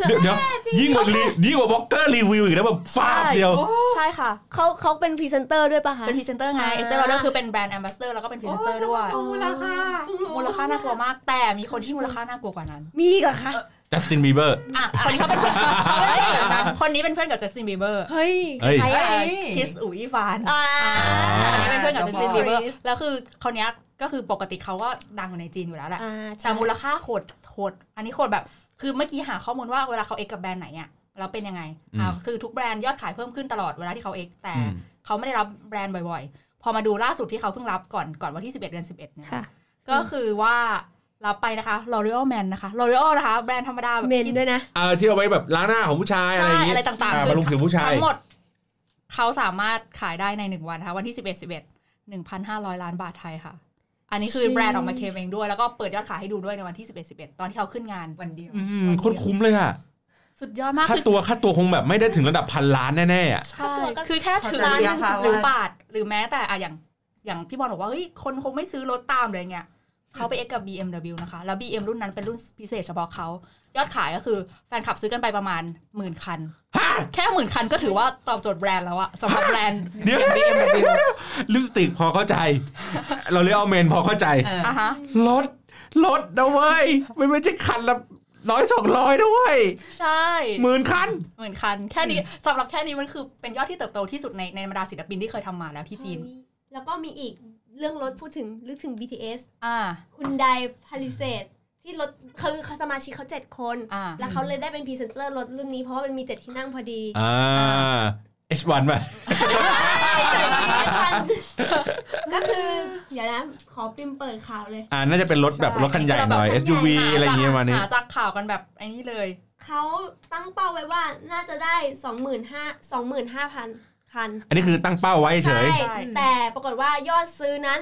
Speaker 2: เดี๋ยวเดี๋ยวยิ่งกว่ารียิ่งกว่าบล็อกเกอร์รีวิวอีกนะแบบฟาดเดียว
Speaker 3: ใช่ค่ะ
Speaker 5: เขาเขาเป็นพรีเซนเตอร์ด้วยป่ะคะ
Speaker 3: เป็นพรีเซนเตอร์ไง
Speaker 5: อ่า
Speaker 3: เอสเตอร์ลอเดอร์คือเป็นแบรนด์แอมบาสเตอร์แล้วก็เป็นพรีเซนเตอร์ด้วย
Speaker 4: โอ้ราคา
Speaker 3: มูลค่าน่ากลัวมาก แต่มีคนที่มูลค่าน่ากลัวกว่านั้น
Speaker 5: มีอีกเหรอคะ
Speaker 2: จัสตินบีเบอร์
Speaker 3: อ่ะ คนนี้เขาเป็นเพื่อนเขาเป็นเพื่อนกับคนนี้เป็นเพื่อนกับจัสตินบีเบอร์
Speaker 5: เฮ้ย
Speaker 2: เฮ้ย
Speaker 5: ใคร
Speaker 4: เฮ้
Speaker 5: อ่ะ
Speaker 4: ย
Speaker 3: คิสอูอีฟาน
Speaker 5: อ่า
Speaker 3: คนนี้เป็นเพื่อนกับจัสตินบีเบอร์
Speaker 5: Chris
Speaker 3: แล้วคือคนเนี้ยก็คือปกติเขาก็ดังอยู่ในจีนอยู่แล้วแหละ
Speaker 5: อ่า
Speaker 3: แต่มูลค่าโหดโหดอันนี้โหดแบบ คือเมื่อกี้หาข้อมูลว่าเวลาเขาเอกกับแบรนด์ไหนอ่ะแล้วเป็นยังไงอ่าคือทุกแบรนด์ยอดขายเพิ่มขึ้นตลอดเวลาที่เขาเอกแต่
Speaker 2: อืม
Speaker 3: เขาไม่ได้รับแบรนด์บ่อยๆ พอมาดูล่าสุดที่เขาเพิ่งรับก่อนก่อนวันที่ 11 เดือน 11เนี่ย
Speaker 5: ค่ะ
Speaker 3: ก็คือว่ารับไปนะคะ L'Oreal Man นะคะ L'Oreal นะคะ แบรนด์ธรรมดาแบบ
Speaker 5: เมน
Speaker 3: ที่
Speaker 5: ด้วยนะ
Speaker 2: เอ่อที่เอาไว้แบบล้างหน้าของผู้ชายอะไร
Speaker 3: ใช่
Speaker 2: อย่างงี้
Speaker 3: อะไรต่าง
Speaker 2: อ่
Speaker 3: ๆคื
Speaker 2: บำรุงผิวผู้ชาย
Speaker 3: ทั้งหมด เขาสามารถขายได้ใน 1 วันนะคะวันที่ 11 11 1,500 ล้านบาทไทยค่ะ อันนี้คือแบรนด์ออกมาเคลมเองด้วย แล้วก็เปิดยอดขายให้ดูด้วยในวันที่ 11 11 ตอนที่เขาขึ้นงาน
Speaker 4: วันเดียว
Speaker 2: อืมโคนคุ้มเลยอ่ะ
Speaker 3: สุดยอดมาก
Speaker 2: ค่า
Speaker 3: คือ
Speaker 2: ตัวค่าตัวคงแบบไม่ได้ถึงระดับพันล้านแน่ๆอ่ะ
Speaker 3: ใช่คือแค่ถือล้านหนึ่ง
Speaker 4: เข้าใจ
Speaker 3: หรือบาทห รือแม้แต่อะอย่างอย่างพี่บอลบอกว่าเฮ้ยคนคงไม่ซื้อรถตามเลยเงี้ยเขาไปเอ็กกับ BMW นะคะ แล้ว BM รุ่นนั้นเป็นรุ่นพิเศษเฉพาะเขายอดขายก็คือแฟนคลับซื้อกันไปประมาณหมื่นคัน
Speaker 2: ฮะ
Speaker 3: แค่หมื่นคันก็ถือว่าตอบโจทย์แบรนด์แล้วอะสำหรับแบรนด์
Speaker 2: เดี๋ยว
Speaker 3: BMW
Speaker 2: ลิปสติกพอเข้าใจ เราเรียกเอาเมนพอเข้าใจ
Speaker 4: เออ
Speaker 3: อ่ะฮะ
Speaker 2: ลดลดนะเว้ยมันไม่ใช่คันละร้อยสองร้อยนะเว้ย
Speaker 3: ใช่
Speaker 2: หมื่นคัน
Speaker 3: หมื่นคัน แค่นี้สำหรับแค่นี้มันคือเป็นยอดที่เติบโตที่สุดในในบรรดาศิลปินที่เคยทำมาแล้วที่จีน
Speaker 5: แล้วก็มีอีกเรื่องรถพูดถึงลึกถึง BTS
Speaker 3: อ่า
Speaker 5: คุณไดพาริเซตที่รถคือสมาชิกเขาเจ็ดคน
Speaker 3: อ่า
Speaker 5: แล้วเขาเลยได้เป็นพรีเซนเตอร์รถรุ่นนี้เพราะว่ามันมีเจ็ดที่นั่งพอดี
Speaker 2: อ่า H1 ป่ะ
Speaker 5: ก็คือเดี๋ยวนะขอปิมเปิดข่าวเลย
Speaker 2: อ่าน่าจะเป็นรถแบบรถคันใหญ่หน่อย
Speaker 5: ใช่
Speaker 2: SUV
Speaker 3: หา
Speaker 2: อะไรอย่างเงี้ย
Speaker 3: จก
Speaker 2: มาเนี่ย
Speaker 3: หาจากข่าวกันแบบไอ้นี่เลย
Speaker 5: เขาตั้งเป้าไว้ว่าน่าจะได้ 25 25,000 คัน
Speaker 2: อันนี้คือตั้งเป้าไว้เฉ
Speaker 5: ใช่
Speaker 2: ย
Speaker 3: ใช่
Speaker 5: แต่ปรากฏว่ายอดซื้อนั้น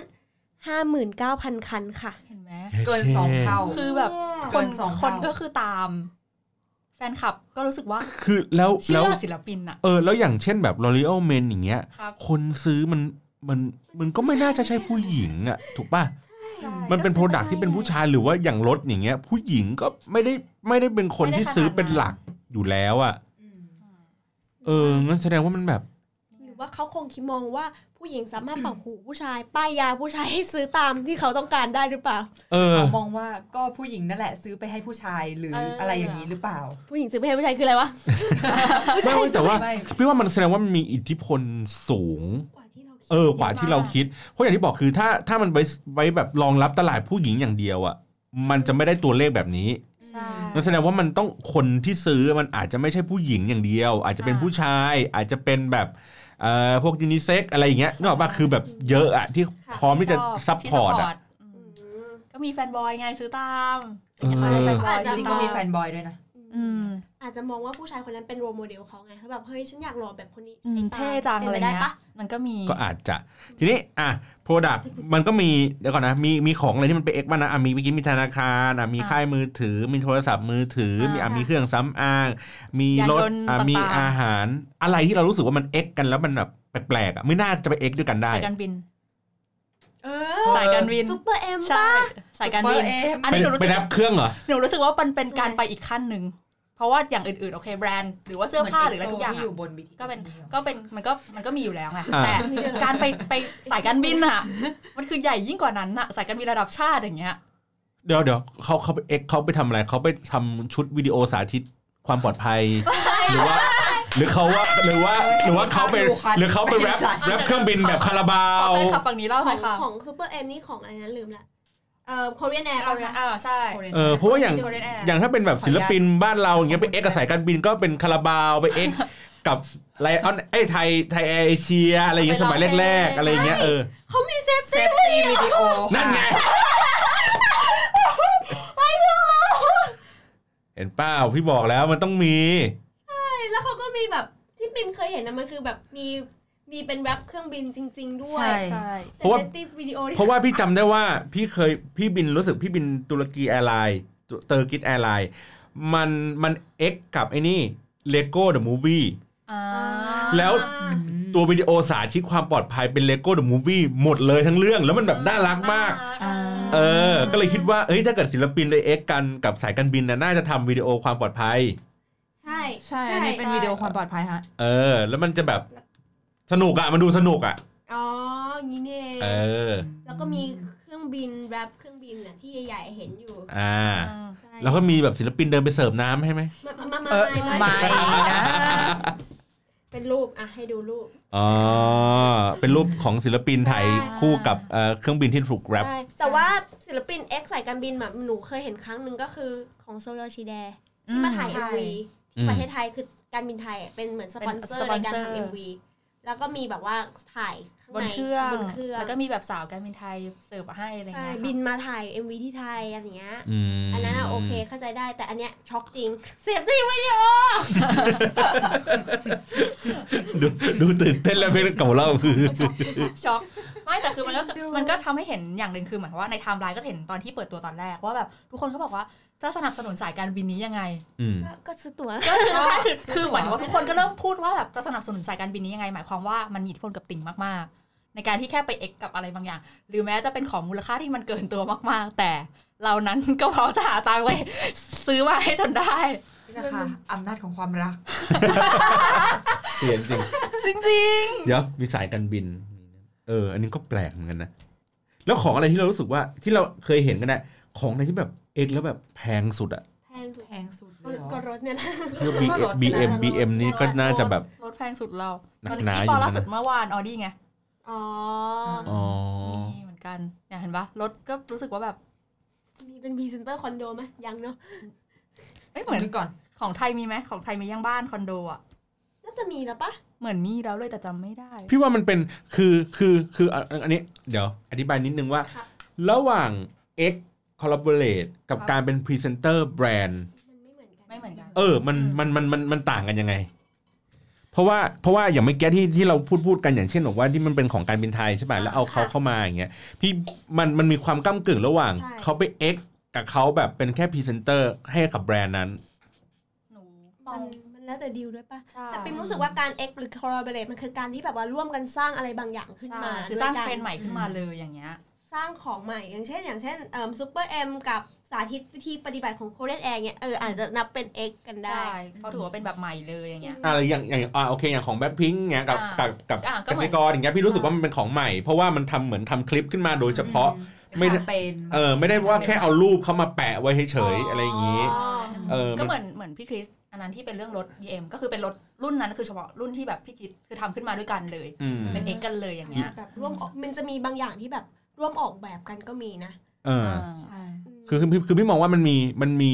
Speaker 5: 59,000 คันค่ะ
Speaker 3: เห็นไหม
Speaker 4: เกินสองเท่า
Speaker 3: คือแบบค
Speaker 4: เกิ
Speaker 3: น
Speaker 4: นสอง
Speaker 3: คน
Speaker 4: เท่า
Speaker 3: ก็คือตาม แฟนคลับก็รู้สึกว่า
Speaker 2: คือแล้ว
Speaker 3: เชื่
Speaker 2: แล้ว
Speaker 3: อศิลปินอะ
Speaker 2: เออ แล้วอย่างเช่นแบบ L'Oreal Men อย่างเงี้ย
Speaker 3: ครับ
Speaker 2: คนซื้อมันมันมันก็ไม่น่าจะใช่ผู้หญิงอะถูกป่ะ มันเป็นโปรดักที่เป็นผู้ชายหรือว่าอย่างรถอย่างเงี้ย ผู้หญิงก็ไม่ได้ไม่ได้เป็นคนที่ซื้อเป็นหลักอยู่แล้วอะเอองั้นแสดงว่ามันแบบ
Speaker 5: หรือว่าเขาคงคิดมองว่าผู้หญิงสามารถเป่าหูผู้ชาย ป้ายยาผู้ชายให้ซื้อตามที่เขาต้องการได้หรือเปล่า
Speaker 2: เออ
Speaker 4: เขามองว่าก็ผู้หญิงนั่นแหละซื้อไปให้ผู้ชายหรือ
Speaker 5: เอออ
Speaker 4: อะไรอย่างนี้หรือเปล่า
Speaker 5: ผู้หญิงซื้อไปให้ผู้ชายคืออะไรวะ ผู้
Speaker 2: ไม่
Speaker 5: ชาย
Speaker 2: ไม่แต่ว่า
Speaker 4: ไม่
Speaker 2: พี่ว่ามันแสดงว่ามันมีอิทธิพลสูง
Speaker 5: กว่าที่เราคิด
Speaker 2: เออกว่าที่เราคิด เพราะอย่างที่บอกคือถ้าถ้ามันไว้ไว้แบบรองรับตลาดผู้หญิงอย่างเดียวอะ่ะ มันจะไม่ได้ตัวเลขแบบนี้
Speaker 3: ใช่
Speaker 2: นั่นแสดงว่ามันต้องคนที่ซื้อมันอาจจะไม่ใช่ผู้หญิงอย่างเดียว อาจจะเป็นผู้ชาย อาจจะเป็นแบบเอ่อพวกยูนิเซ็กอะไรอย่างเงี้ยนึกออกปะคือแบบเยอะอะที่พร้อมที่จะ
Speaker 3: ชบ
Speaker 2: ซัพพอร์ต
Speaker 3: ที่
Speaker 2: อะ
Speaker 3: support
Speaker 5: อืม
Speaker 3: ก็มีแฟนบอยไงซื้อตาม
Speaker 2: เออ
Speaker 3: ใช่แฟนบอย
Speaker 5: อาจ
Speaker 4: จ
Speaker 5: จะ
Speaker 4: ริงๆก็มีแฟนบอยด้วยนะ
Speaker 3: อืม
Speaker 5: อาจจะมองว่าผู้ชายคนนั้นเป็นโรโมเดลเขาไงเขาแบบเฮ้ยฉันอยากหล่อแบบคนนี้
Speaker 3: อืม
Speaker 5: ใช้ตา
Speaker 3: เท่จัง
Speaker 5: เป็น
Speaker 3: อะไร
Speaker 5: ไปได้
Speaker 3: เงี้
Speaker 5: ปะ
Speaker 3: ยมันก็มี
Speaker 2: ก็อาจจะ ทีนี้อ่ะ Product มันก็มีเดี๋ยวก่อนนะ มีมีของอะไรที่มันเป็นเอกบ้างนะอ่ะมีเมื่อกี้มีธนาคารอ่ะมีค่ายมือถือ มีโทรศัพท์มือถือ มีอ่ะมีเครื่องสำอาง มีรถอ่ะมีอาหาร อะไรที่เรารู้สึกว่ามันเอกกันแล้วมันแบบแปลกๆอ่ะไม่น่าจะไปเอกด้วยกันได้
Speaker 3: สายการบิน
Speaker 5: เอ
Speaker 4: อ
Speaker 3: สายการบิน
Speaker 5: ซูเปอร์เอ็ม
Speaker 3: ใช่
Speaker 5: ปะ
Speaker 3: สายการบิน
Speaker 4: Super M
Speaker 3: อัน
Speaker 2: ไป
Speaker 3: นี้หนูรู้
Speaker 2: ไป
Speaker 3: สึก
Speaker 2: นับเครื่องเหรอ
Speaker 3: หนูรู้สึกว่ามันเป็นการไปอีกขั้นหนึ่งเพราะว่าอย่างอื่นๆโอเคแบรนด์หรือว่าเสื้อผ้าหรืออะไรทุกอย่าง
Speaker 4: ที่
Speaker 3: อะ
Speaker 4: อยู่บน BTS
Speaker 3: ก็เป็นก็เป็นมันก็มันก็มีอยู่แล้วไง
Speaker 2: อ่า
Speaker 3: แต่การไปไปสายการบินอ่ะ มันคือใหญ่ยิ่งกว่านั้นอ่ะสายการบินระดับชาติอย่างเงี้ย
Speaker 2: เดี๋ยวเดี๋ยวเขาเขาไปเอกเขาไปทำอะไรเขาไปทำชุดวิดีโอสาธิตความปลอด ภัย หรือว่า หรือเขาว่าหรือว่าหรือว่าเขาเป็นหรือเขาไปแรปแรปเครื่องบินแบบคาราบา
Speaker 3: ขอ
Speaker 2: ว
Speaker 3: แฟนคลับฝั่งนี้เล่า
Speaker 5: ข
Speaker 3: หน่
Speaker 5: อ
Speaker 3: อง ยค่ะ
Speaker 5: ของซูเปอร์เอ็มนี่ของอะไรนะลืมละเอ่อค o เรียนแอร์
Speaker 3: เอาเนี่ยอ่าใช่
Speaker 4: โคเรียน
Speaker 2: เออเพราะว่าอย่าง
Speaker 3: โคเรียนแอร์
Speaker 2: อย่างถ้าเป็นแบบศิลปินบ้านเราอย่างเงี้ยไปเอ็กกับสายการบินก็เป็นคาราบาวไปเอ็กกับไลออนไอ้ยไทยไทยแอร์เอเชียอะไรอย่างเงี้ยสมัยแรกๆ อะไรอย่างเงี้ยเออ
Speaker 5: เขามีเซฟ
Speaker 4: เซ
Speaker 5: เซฟ
Speaker 4: ฟตี้วิดีโอ
Speaker 2: นั่นไงเห็นเป้าพี่บอกแล้วมันต้องมี
Speaker 5: แล้วเขาก็มีแบบที่ปิมเคยเห็นนะมันคือแบบมีมีเป็นแรปเครื่องบินจริง ๆ ด้วย
Speaker 4: ใช่
Speaker 3: ใช่
Speaker 2: เพราะว่า
Speaker 5: เซฟตี้วิดีโอ
Speaker 2: เพราะว่าพี่จำได้ว่าพี่เคยพี่บินรู้สึกพี่บินตุรกีแอร์ไลน์เตอร์กิสแอร์ไลน์มันมันเอ็กกับไอ้นี่เลโก้เดอะมูฟวี่
Speaker 3: อ่า
Speaker 2: แล้ว ตัววิดีโอสาธิตความปลอดภัยเป็นเลโก้เดอะมูฟวี่หมดเลยทั้งเรื่องแล้วมันแบบน่ารักมาก
Speaker 3: อ่า
Speaker 2: เออ ก็เลยคิดว่า เอ้ย ถ้าเกิดศิลปินไปเอ็กซ์กันกับสายการบินนะน่าจะทำวิดีโอความปลอดภัย
Speaker 5: ใช่
Speaker 4: ใช่อันนี้เป็นวิดีโอความปลอดภัยฮะ
Speaker 2: เออ แล้วมันจะแบบสนุกอะมันดูสนุกอะ
Speaker 5: อ๋ออย่างนี้นี่เอง
Speaker 2: เออ
Speaker 5: แล้วก็มีเครื่องบินแรปเครื่องบินน่ะที่ใหญ่ๆเห็นอยู่
Speaker 2: อ่า
Speaker 3: อ่า
Speaker 5: ใช่
Speaker 2: แล้วก็มีแบบศิลปินเดินไปเสิร์ฟน้ำให้ไหม
Speaker 5: มามามา
Speaker 4: เออ
Speaker 5: มา
Speaker 4: ไม่
Speaker 5: มา
Speaker 4: นะ
Speaker 5: เป็นรูปอ่ะให้ดูรูป
Speaker 2: อ๋อ เป็นรูปของศิลปินถ่ายคู่กับเอ่อเครื่องบินที่ถูกแรป
Speaker 5: ใช่แต่ว่าศิลปิน X สายการบินแบบหนูเคยเห็นครั้งหนึ่งก็คือของโซโยชิแดที่มาถ่าย
Speaker 4: ใช่
Speaker 5: MV
Speaker 2: อื
Speaker 5: ที่
Speaker 2: ม
Speaker 5: ประเทศไทยคือการบินไทยอ่ะเป็นเหมือนสปอนเซอร์ในการทำ MV แล้วก็มีแบบว่าถ่ายข้าง
Speaker 3: บน
Speaker 5: ใน
Speaker 3: เครื่อง
Speaker 5: บนเครื่อง
Speaker 3: แล้วก็มีแบบสาวการบินไทยเสิร์ฟให้อะไร
Speaker 5: ใช่
Speaker 3: เงี้ย
Speaker 5: บินมาถ่าย MV ที่ไทยอันเนี้ย
Speaker 2: อืม
Speaker 5: อันนั้นอะโอเคเข้าใจได้แต่อันเนี้ยช็อกจริง เสียบได้ไม่ได้
Speaker 2: ดูดูตื่นเต้นแล้วเป็นกับเรา คือ
Speaker 3: ช็อกไม่แต่คือมันก็ มันก็ทำให้เห็นอย่างหนึ่งคือเหมือนว่าในไทม์ไลน์ก็เห็นตอนที่เปิดตัวตอนแรกว่าแบบทุกคนเขาบอกว่าจะสนับสนุนสายการบินนี้ยังไง
Speaker 2: อืม
Speaker 5: ก็ก็ซื้อตั๋ว
Speaker 3: ก็คือ ใช่คือคือหมายถึงว่าทุกคนก็เริ่มพูดว่าแบบจะสนับสนุนสายการบินนี้ยังไง หมายความว่ามันมีอิทธิพลกับติ่งมาก ๆ ในการที่แค่ไปเอ็กกับอะไรบางอย่าง หรือแม้จะเป็นของมูลค่าที่มันเกินตัวมากๆ แต่เรานั้นก็พร้อมจะหาตังค์ไว้ ซื้อมาให้จนได้
Speaker 4: นี่นะคะอำนาจของความรัก
Speaker 2: เสียงจริง
Speaker 3: จริง
Speaker 2: เดี๋ยวมีสายการบิน เออ อันนี้ก็แปลกเหมือนกันนะ แล้วของอะไรที่เรารู้สึกว่าที่เราเคยเห็นกันนะของอะไรที่แบบเอ็กแล้วแบบแพงสุดอะ
Speaker 5: แพงสุด
Speaker 4: แพงสุดเล
Speaker 5: ก็
Speaker 4: ยเหรอ
Speaker 5: ก็รถเนี่ยแหละ
Speaker 2: เพื่อ B B M B M นี่ก็น่าจะแบบ
Speaker 3: ๆรถแพงสุดเรา
Speaker 2: หนักหนา
Speaker 3: ที่
Speaker 2: อยู่
Speaker 3: ปอ
Speaker 2: นะ
Speaker 3: ล่าสุดเมื่อวานออดี้ไง
Speaker 5: อ๋อ
Speaker 2: อ๋อ
Speaker 3: นี่เหมือนกันเนี่ยเห็นปะรถก็รู้สึกว่าแบบ
Speaker 5: มีเป็นพรีเซนเตอร์คอนโดไหมยังเนาะ
Speaker 3: เอ้ยเหมือน
Speaker 4: นึกก่อน
Speaker 3: ของไทยมีไหมของไทยมีย่างบ้านคอนโดอ่ะ
Speaker 5: น่าจะมีแล้วปะ
Speaker 3: เหมือนมีแล้วเลยแต่จำไม่ได้
Speaker 2: พี่ว่ามันเป็นคือคือคืออ่ะอันนี้ เดี๋ยว อธิบายนิดนึงว่า
Speaker 5: ค่ะ
Speaker 2: ระหว่าง X collaborate กับการเป็นพรีเซนเตอร์แบรนด์
Speaker 5: มันไม่เหมือนกัน
Speaker 3: ไม่เหมือนกัน
Speaker 2: เออ มัน
Speaker 3: อืม
Speaker 2: มัน มัน มัน มันต่างกันยังไง เพราะว่า เพราะว่าอย่างเมื่อกี้ที่ ที่เราพูด พูดกันอย่างเช่นบอกว่าที่มันเป็นของการบินไทยใช่ป่ะ แล้วเอาเขาเข้ามาอย่างเงี้ย พี่ มัน มันมีความก้ากึ่งระหว่าง เขาไป X กับเขาแบบเป็นแค่พรีเซนเตอร์ให้กับแบรนด์นั้น
Speaker 3: หนูมอ
Speaker 5: มั
Speaker 3: ง
Speaker 5: นมันแล้วแต่ดีลด้วยปะ
Speaker 3: ใช่
Speaker 5: แต่ปิมรู้สึกว่าการ X หรือ collaborate มันคือการที่แบบว่าร่วมกันสร้างอะไรบางอย่างขึ้น
Speaker 3: ใช่
Speaker 5: มา
Speaker 3: คือสร้าง
Speaker 5: ด้วยกั
Speaker 3: เทรนด์ใหม่ขึ้นมาเลยอย่างเงี้ย
Speaker 5: สร้างของใหม่ อย่างเช่น อย่างเช่นเอ่อซูเปอร์เอ็มกับสาธิตวิธีปฏิบัติของโคเรนแอร์เนี่ยเอออาจจะนับเป็น X กันได้
Speaker 3: ใช่เขาถือว่าเป็นแบบใหม่เลยอย่างเงี้ย
Speaker 2: อ่าอย่าง อย่าง อ่า โอเค อย่างของแบ็คพิงค์เงี้ย กับ
Speaker 3: อ่า
Speaker 2: กับ กับ
Speaker 3: อ่าก็
Speaker 2: ก
Speaker 3: เหมื
Speaker 2: สิ
Speaker 3: อน
Speaker 2: กรอย่างเงี้ย พี่รู้สึกว่ามันเป็นของใหม่ เพราะว่ามันทำเหมือนทำคลิปขึ้นมาโดยเฉพาะ ไม่ได้
Speaker 4: เป็น
Speaker 2: เออ ไม่ได้ว่าแค่เอารูปเขามาแปะไว้เฉยๆอะไรอย่างงี้
Speaker 5: อ๋อ
Speaker 2: เออ
Speaker 3: ก็
Speaker 2: มัน
Speaker 3: เหมือนเหมือนพี่คริสอันนั้นที่เป็นเรื่องรถ BM ก็คือเป็นรถรุ่นนั้นคือเฉพาะรุ่นที่แบบพี่คริสคือทำขึ้นมาด้วยกันเลย
Speaker 2: อืม
Speaker 3: เป็นเอกกันเลยอย่างเงี้ย
Speaker 5: แบบร่วมออกมันจะมีบางอย่างที่แบบร่วมออกแบบกันก็มีนะ
Speaker 2: เออ
Speaker 3: อ่า
Speaker 4: ใช่
Speaker 5: อืม
Speaker 2: คือคือคือคือพี่มองว่ามันมีมันมี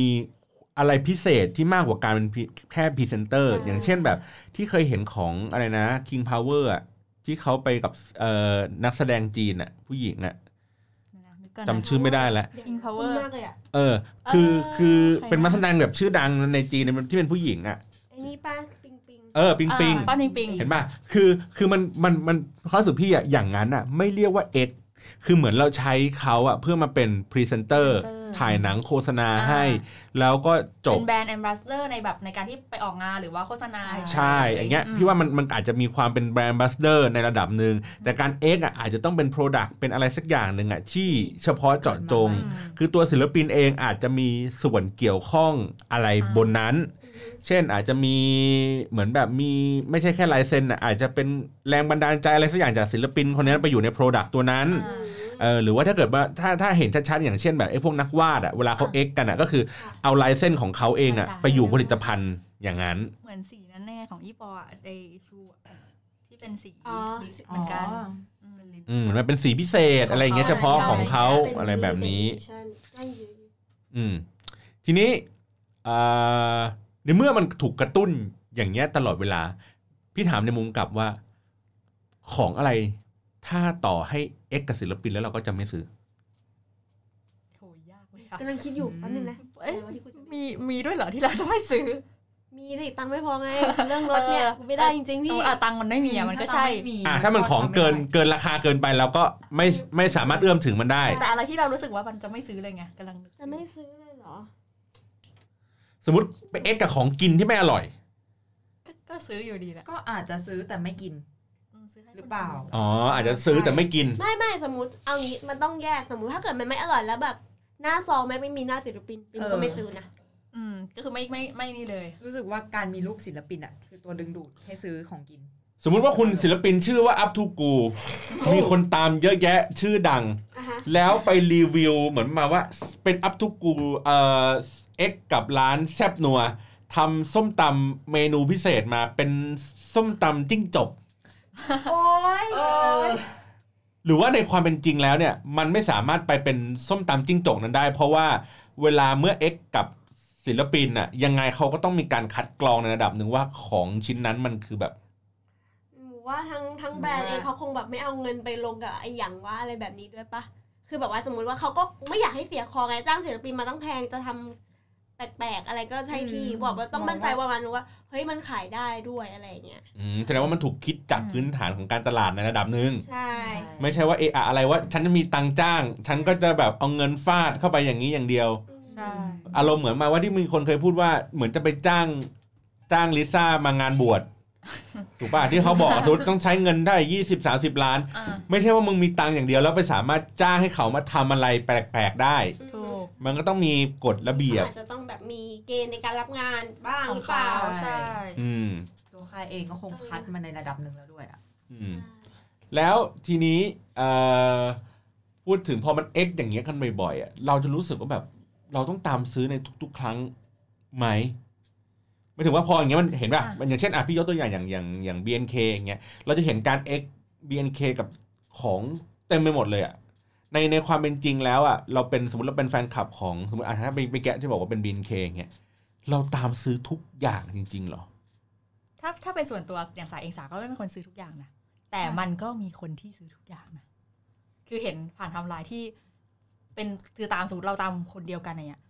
Speaker 2: อะไรพิเศษที่มากกว่าการเป็นพิแค่พรีเซนเตอร์
Speaker 3: ใช่
Speaker 2: อย่างเช่นแบบที่เคยเห็นของอะไรนะ King Power อะที่เขาไปกับเอ่อนักแสดงจีนอะผู้หญิงอะ
Speaker 3: นึกก่นนะ
Speaker 2: จำชื่อไม่ได้แล้ว
Speaker 3: King Power
Speaker 5: ดีมากเลยอ่ะ
Speaker 2: เออ คือ
Speaker 3: เออ
Speaker 2: คือ
Speaker 3: ใครนะ
Speaker 2: เป็นนักแสดงแบบชื่อดังในจีนเนี่ยมันที่เป็นผู้หญิงอะ
Speaker 5: ไอ้นี่ป้าปิงปิง
Speaker 2: เออ ปิงปิง
Speaker 3: อ่าป้าปิงปิง
Speaker 2: เห็นป่ะคือคือมันมันมันข้อสุดพี่อะอย่างนั้นอะไม่เรียกว่าเอ็กคือเหมือนเราใช้เขาอะเพื่อมาเป็นพรีเซนเตอร์
Speaker 3: Presenter
Speaker 2: ถ่ายหนังโฆษณา
Speaker 3: อ่า
Speaker 2: ให้ แล้วก็จบ
Speaker 3: เป็นแบรนด์ ambassador ในแบบในการที่ไปออกงานหรือว่าโฆษณา
Speaker 2: ใช่อย่างเงี้ยพี่ว่ามันมันอาจจะมีความเป็นแบรนด์บัสเดอร์ในระดับหนึ่ง แต่การ X อ่ะอาจจะต้องเป็น Product เป็นอะไรสักอย่างหนึ่งอ่ะที่เฉพาะเจาะจง
Speaker 3: อืม
Speaker 2: คือตัวศิลปินเองอาจจะมีส่วนเกี่ยวข้องอะไร
Speaker 3: อ่า
Speaker 2: บนนั้น เช่นอาจจะมีเหมือนแบบมีไม่ใช่แค่ลายเซ็นอ่ะอาจจะเป็นแรงบันดาลใจอะไรสักอย่างจากศิลปินคนนั้นไปอยู่ใน Product ตัวนั้น
Speaker 3: อ่า
Speaker 2: เออหรือว่าถ้าเกิดว่าถ้าถ้าเห็นชัดๆอย่างเช่นแบบไอ้พวกนักวาดอ่ะเวลาเขา X กันอ่ะก็คือเอาลายเส้นของเขาเองอ่ะ
Speaker 3: ใช่
Speaker 2: ไปอยู่ผลิตภัณฑ์อย่างนั้น
Speaker 3: เหมือนสีนั้นแน่ของอีปอไอชูอะที่เป็นสี
Speaker 5: อ๋อ
Speaker 3: เหมือนกันม
Speaker 2: อืมมันเป็นสีพิเศษอะไรอย่างเงี้ย
Speaker 3: ข
Speaker 2: เฉ
Speaker 3: องเขา
Speaker 2: พาะของเขาอะไรแบบนี้
Speaker 5: ใช่ได้เยอะอยู่
Speaker 2: อืม ทีนี้เอ่อในเมื่อมันถูกกระตุ้นอย่างเงี้ยตลอดเวลา พี่ถามในมุมกลับว่า ของอะไร ถ้าต่อให้เอ็กกับศิลปินแล้วเราก็จะไม่ซื้อ
Speaker 3: โหยากเลยค่ะ
Speaker 5: กำลังคิดอยู่
Speaker 4: อืม
Speaker 5: แป๊บนึงนะ
Speaker 3: เอ๊ะ
Speaker 5: อะไรวะที่กูจะ
Speaker 3: มีมีด้วยเหรอที่เราจะไม่ซื้อ
Speaker 5: มีสิตังค์ไม่พอไง เรื่องรถเนี่ย
Speaker 3: เออ
Speaker 5: กูไม่ได้จริงๆพี่
Speaker 3: อ่ะตังค์มันไม่มีอ่ะมันก็ใช่
Speaker 2: อ่า ถ้ามันของเกินเกินราคาเกินไปเราก็ไม่ไม่สามารถเอื้อมถึงมันได้
Speaker 3: แต่อะไรที่เรารู้สึกว่ามันจะไม่ซื้อเลยไงกำลังนึก
Speaker 5: จะไม่ซื้อเลยเหรอ
Speaker 2: สมมติไปเอ็กกับของกินที่ไม่อร่อย
Speaker 3: ก็ก็ซื้ออยู่ดีแหละ
Speaker 4: ก็อาจจะซื้อแต่ไม่กิน
Speaker 3: อืมซื้ให้คน
Speaker 4: หรือเปล่า
Speaker 2: อ๋อ อาจจะซื้อแต่ไม่กิน
Speaker 5: ไม่ไม่สมมติเอางี้มันต้องแยกสมมติถ้าเกิดมันไม่อร่อยแล้วแบบ หน้าซองแม่งไม่มีหน้าศิลปินปิม
Speaker 4: เออ
Speaker 5: ก็ไม่ซื้อนะ
Speaker 3: อืมก็คือไม่ไม่ไม่นี่เลย
Speaker 4: รู้สึกว่าการมีรูปศิลปินอ่ะ คือตัวดึงดูดให้ซื้อของกิน
Speaker 2: สมมุติว่าคุณศิลปินชื่อว่าอัพทูกูมีคนตามเยอะแยะชื่อดัง
Speaker 5: อ่ะฮะ
Speaker 2: แล้วไปรีวิวเหมือนมาว่าเป็นอัพทุกูเอ่อเอ็กกับร้านแซบนัวทำส้มตำเมนูพิเศษมาเป็นส้มตำจิ้งจก
Speaker 4: โอ้ย
Speaker 2: หรือว่าในความเป็นจริงแล้วเนี่ยมันไม่สามารถไปเป็นส้มตำจิ้งจกนั้นได้ เพราะว่าเวลาเมื่อเอ็กกับศิลปินน่ะยังไงเขาก็ต้องมีการคัดกรองในระดับหนึ่งว่าของชิ้นนั้นมันคือแบบ
Speaker 5: หนูว่าทั้งทั้งแบรนด์เองเขาคงแบบไม่เอาเงินไปลงกับไอ้อย่างว่าอะไรแบบนี้ด้วยปะคือแบบว่าสมมติว่าเขาก็ไม่อยากให้เสียคอไงจ้างศิลปินมาต้องแพงจะทำแปลกๆอะไรก็ใช่ที่บอกว่าต้องมั่นใจว่ามันว่าเฮ้ยมันขายได้ด้วยอะไรอย่างเงี้ย
Speaker 2: อืมแสดงว่ามันถูกคิดจาก
Speaker 3: อืม
Speaker 2: พื้นฐานของการตลาดในระดับหนึ่ง
Speaker 5: ใช่
Speaker 2: ไม่ใช่ว่าเอะอะอะไรว่าฉันจะมีตังค์จ้าง ฉันก็จะแบบเอาเงินฟาดเข้าไปอย่างนี้อย่างเดียว
Speaker 3: ใช่
Speaker 2: อารมณ์เหมือนมาว่าที่มีคนเคยพูดว่าเหมือนจะไปจ้างจ้างลิซ่ามางานบวช ถูกป่ะที่เขาบอกสมมติต้องใช้เงินได้ยี่สิบสาสิบล้าน
Speaker 3: อ่า
Speaker 2: ไม่ใช่ว่ามึงมีตังค์อย่างเดียวแล้วไปสามารถจ้างให้เขามาทำอะไรแปลกๆได้
Speaker 3: ถูก
Speaker 2: มันก็ต้องมีกฎระเบียบ
Speaker 5: อาจจะต้องแบบมีเกณฑ์ในการรับงานบ้าง
Speaker 3: ของ
Speaker 5: หรือเป
Speaker 3: เขา
Speaker 5: ล่า
Speaker 3: ใช่
Speaker 2: อืม
Speaker 4: ตัวค่ายเองก็คงคัดมาในระดับหนึ่งแล้วด้วยอ่ะ
Speaker 2: อืม แล้วทีนี้เอ่อพูดถึงพอมัน X อย่างเงี้ยกันบ่อยๆอ่ะเราจะรู้สึกว่าแบบ เราต้องตามซื้อในทุก ๆ ครั้งไหมไม่ถึงว่าพออย่างเงี้ยมันเห็นป่ะ
Speaker 3: อ่ะ
Speaker 2: มันอย่างเช่นอ่ะพี่ยกตัวอย่างอย่างอย่างอย่าง BNK อย่างเงี้ยเราจะเห็นการ X BNK กับของเต็มไปหมดเลยอ่ะในในความเป็นจริงแล้วอ่ะเราเป็นสมมติเราเป็นแฟนคลับของสมมติอ่ะถ้าไปไปแกะที่บอกว่าเป็น BNK อย่างเงี้ยเราตามซื้อทุกอย่างจริงๆเหรอ
Speaker 3: ถ้าถ้าเป็นส่วนตัวอย่างสายเองสาก็ไม่เป็นคนซื้อทุกอย่างนะ แต่มันก็มีคนที่ซื้อทุกอย่างนะ คือเห็นผ่านไทำลายที่ เป็นคือตามสูตรเราตามคนเดียวกันเนี่ย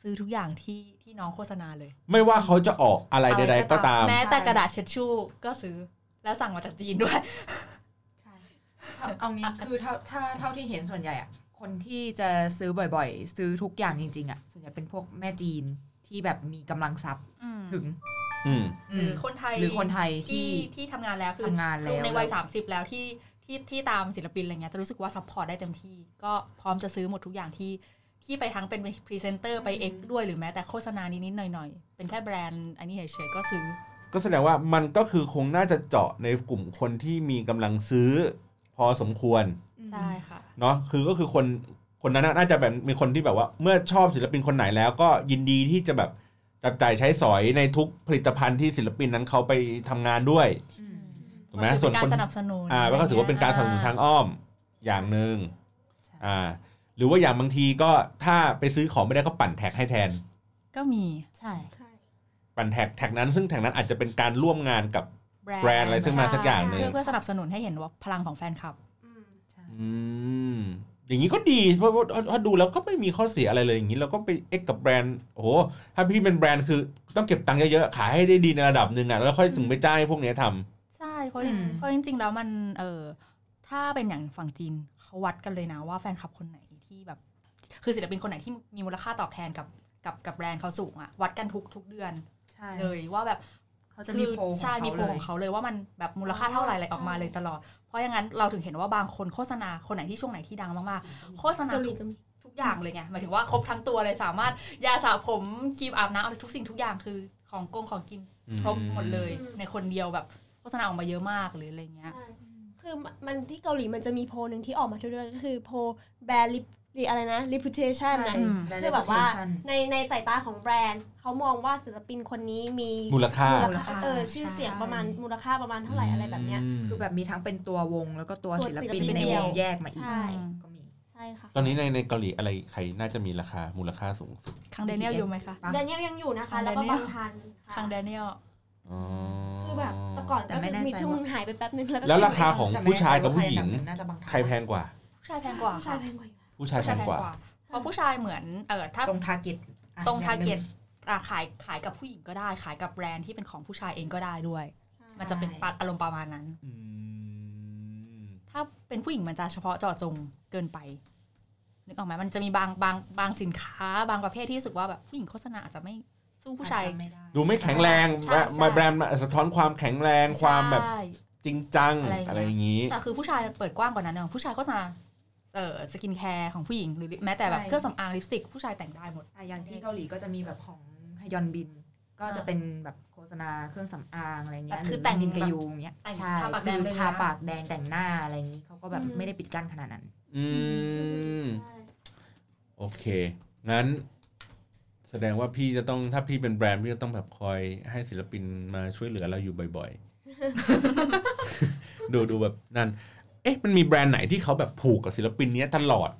Speaker 3: ซื้อทุกอย่างที่ที่น้องโฆษณาเลย
Speaker 2: ไม่ว่าเขาจะออกอะไรใด ๆ ก็ตาม
Speaker 3: แม้แต่กระดาษเช็ดชู่ก็ซื้อแล้วสั่งมาจากจีนด้วย
Speaker 4: เอาเอางี้คือเท่าถ้าเท่าที่เห็นส่วนใหญ่อ่ะคนที่จะซื้อบ่อยๆ ซื้อทุกอย่างจริงๆอ่ะส่วนใหญ่เป็นพวกแม่จีนที่แบบมีกำลังทรัพย์ถึง
Speaker 2: อืม
Speaker 3: หรือคนไทย
Speaker 4: หรือคนไทยที่
Speaker 3: ที่ที่ทำงานแล้วคือ
Speaker 4: ทำงานแล้ว
Speaker 3: คือในวัย 30 แล้วที่ที่ที่ตามศิลปินอะไรเงี้ยจะรู้สึกว่าซัพพอร์ตได้เต็มที่ ก็พร้อมจะซื้อหมดทุกอย่างที่ที่ไปทั้งเป็นพรีเซนเตอร์ไปเอ็กด้วยหรือแม้แต่โฆษณานิดๆหน่อยๆ เป็นแค่แบรนด์อันนี้เฉยๆก็ซื้อ
Speaker 2: ก็แสดงว่ามันก็คือคงน่าจะเจาะในกลุ่มคนที่มีกำลังซื้อพอสมควร
Speaker 3: ใช่ค่ะ
Speaker 2: เนาะคือก็คือคนคนนั้นน่ะน่าจะแบบมีคนที่แบบว่า เมื่อชอบศิลปินคนไหนแล้วก็ยินดีที่จะแบบจับจ่ายใช้สอยในทุกผลิตภัณฑ์ที่ศิลปินนั้นเขาไปทำงานด้วย
Speaker 4: อืม
Speaker 2: ถูกไหม
Speaker 3: ก็คือ
Speaker 2: ส่วน
Speaker 3: เป็
Speaker 2: คน
Speaker 3: นการสนับสนุน
Speaker 2: อ่าแล้วก็ถือว่าเป็นการสนับสนุนทางอ้อมอย่างหนึ่ง
Speaker 4: ใช่
Speaker 2: อ่า หรือว่าอย่างบางทีก็ถ้าไปซื้อของไม่ได้ก็ปั่นแท็กให้แทน
Speaker 3: ก็มี
Speaker 4: ใช่
Speaker 5: ใช่
Speaker 2: ปั่นแท็กแท็กนั้น ซึ่งแท็กนั้นอาจจะเป็นการร่วมงานกับ
Speaker 3: แบรนด์
Speaker 2: แบรนด์อะไรซึ่งมาสักอย่างหนึ่ง
Speaker 3: เพื่อเพื่อสนับสนุนให้เห็นว่าพลังของแฟนคลับ
Speaker 5: อืม
Speaker 4: ใช่
Speaker 2: อืมอย่างนี้ก็ดีเพราะว่าถ้าดูแล้วก็ไม่มีข้อเสียอะไรเลยอย่างนี้เราก็ไปเอ็กกับแบรนด์โอ้โหถ้าพี่เป็นแบรนด์คือต้องเก็บตังค์เยอะๆขายให้ได้ดีในระดับหนึ่งอ่ะแล้วค่อยถึงไปจ้างให้พวกเนี้ยทำ
Speaker 3: ใช่เพราะ
Speaker 4: อืม
Speaker 3: เพราะจริงๆ แล้วมันเออถ้าเป็นอย่างฝั่งจีนเขาวัดกันเลยนะว่าแฟนคลับคนไหนที่แบบ คือศิลปินคนไหนที่มีมูลค่าตอบแทนกับกับกับแบรนด์เขาสูงอะวัดกันทุกทุกเดือน
Speaker 4: ใช่
Speaker 3: เลยว่าแบบ
Speaker 4: เขาจะมี
Speaker 3: คือ
Speaker 4: โพลของ
Speaker 3: ใช่มีโพลของ
Speaker 4: เขาเลย
Speaker 3: เขาเลยว่ามันแบบมูลค่าเท่าไหร่อะไรออกมาเลยตลอด เพราะอย่างนั้นเราถึงเห็นว่าบางคนโฆษณาคนไหนที่ช่วงไหนที่ดังมากๆโฆษณา
Speaker 5: เกาหลี
Speaker 3: ทุก
Speaker 5: ก็มี
Speaker 3: ทุกอย่างเลยไงหมายถึงว่าครบทั้งตัวเลยสามารถยาสระผมครีมอาบน้ำอะไรทุกสิ่งทุกอย่างคือของกงของกินครบหมดเลย ในคนเดียวแบบโฆษณาออกมาเยอะมากหรืออะไรเงี้ย
Speaker 5: ใช่คือมันที่เกาหลีมันจะมีโพลหนึ่งที่ออกมาทุกเดือนก็คือโพลแบรนด์ลิปหรืออะไรนะ reputation
Speaker 4: ใช่
Speaker 5: นะ
Speaker 3: อืม
Speaker 4: และ
Speaker 5: คือแบบว่า
Speaker 4: reputation
Speaker 5: ในในสายตาของแบรนด์เขามองว่าศิลปินคนนี้มี
Speaker 2: มูลค่า
Speaker 5: มูล
Speaker 4: ล
Speaker 5: ค่า
Speaker 4: ค่า
Speaker 5: เออชื่อเสียงประมาณมูลค่าประมาณเท่าไหร่อะไรแบบเนี้ย
Speaker 2: ม
Speaker 4: คือแบบมีทั้งเป็นตัววงแล้วก็ตัว
Speaker 5: ตัว
Speaker 4: ศิลปิน
Speaker 5: ศิลปิน
Speaker 4: ในวง
Speaker 5: เดี่ยว
Speaker 4: แยกมาอีก
Speaker 5: ใช่
Speaker 4: ก็มี
Speaker 5: ใช่ค่ะ
Speaker 2: ตอนนี้ในในเกาหลีอะไรใครน่าจะมีราคามูลค่าสูงสุด
Speaker 3: คังเดเนียล
Speaker 4: BTS
Speaker 3: อยู่ไหมคะ
Speaker 4: ปะ
Speaker 5: แดเนียลยังอยู่นะ
Speaker 3: ข
Speaker 5: คะ
Speaker 3: อง
Speaker 5: แล้วก็
Speaker 3: Daniel
Speaker 5: บางทันค่ะ
Speaker 3: คังเดเนียล
Speaker 2: อ๋อ
Speaker 5: คือแบบแต่ก่อน
Speaker 4: แต่
Speaker 5: ก็
Speaker 4: ไม่
Speaker 5: คือ
Speaker 4: แน่ใจ
Speaker 5: มีช่วง
Speaker 4: ว่า
Speaker 5: หายไปแป๊บนึงแล้วก็
Speaker 2: แล้วราคาของผู้ชายกับผู้หญิง
Speaker 4: แต่ไม่แน่ใจว่าใคร
Speaker 2: ใคร
Speaker 4: อันดับนึ่น่าจะบางทาง
Speaker 2: แพงกว่า
Speaker 3: ผู้ชายแพงกว่า
Speaker 5: ผู้ชา
Speaker 3: ค่ะ
Speaker 5: ยแพงกว่าอี
Speaker 2: ผู้ชายแพงกว่า
Speaker 5: ก
Speaker 3: เพราะผู้ชายเหมือนเออถ้า
Speaker 4: ตรงทาร์เก็ต
Speaker 3: ตรง target อ่าขายขายกับผู้หญิงก็ได้ ขายกับแบรนด์ที่เป็นของผู้ชายเองก็ได้ด้วย มันจะเป็นปัดอารมณ์ประมาณนั้น
Speaker 2: อืม
Speaker 3: ถ้าเป็นผู้หญิงมันจะเฉพาะเจาะจงเกินไปนึกออกไหมมันจะมีบางบางบางสินค้า บางประเภทที่รู้สึกว่าแบบผู้หญิงโฆษณาอาจจะไม่สู้ผู้ชาย
Speaker 2: ดูไม่แข็งแรง
Speaker 3: ใช่ใช่
Speaker 2: แบรนด์มาสะท้อนความแข็งแรงความแบบ
Speaker 3: ใช่
Speaker 2: จริงจัง
Speaker 3: อะไรอย่างเงี้ย
Speaker 2: อะไรอย่างนี้
Speaker 3: แต่คือผู้ชายเปิดกว้างกว่านั้นเนอะผู้ชายโฆษณาเออสกินแคร์ของผู้หญิงหรือแม้แต่แบบเครื่องสำอางลิปสติกผู้ชายแต่งได้หมด
Speaker 4: อ่ะอย่างที่เกาหลีก็จะมีแบบของฮยอนบิน ก็จะเป็นแบบโฆษณาเครื่องสำอางอะไรเงี้ย
Speaker 3: แบบคือ
Speaker 4: หรื
Speaker 3: แต่ง
Speaker 4: มินกายูอย่างเงี้ย
Speaker 3: แต่ง
Speaker 4: ใช่
Speaker 3: ทาปากแดง
Speaker 4: คือ
Speaker 3: เลยนะ
Speaker 4: ทาปากแดงแต่งหน้าอะไรอย่างงี้เขาก็แบบ
Speaker 5: อืม
Speaker 4: ไม่ได้ปิดกั้นขนาดนั้น
Speaker 2: อืม
Speaker 5: ใช่
Speaker 2: โอเค งั้น แสดงว่าพี่จะต้องถ้าพี่เป็นแบรนด์พี่จะต้องแบบคอยให้ศิลปินมาช่วยเหลือเราอยู่บ่อยๆ ดูดูแบบนั่น เอ๊ะ มันมีแบรนด์ไหนที่เขาแบบผูกกับศิลปินเนี้ยตลอด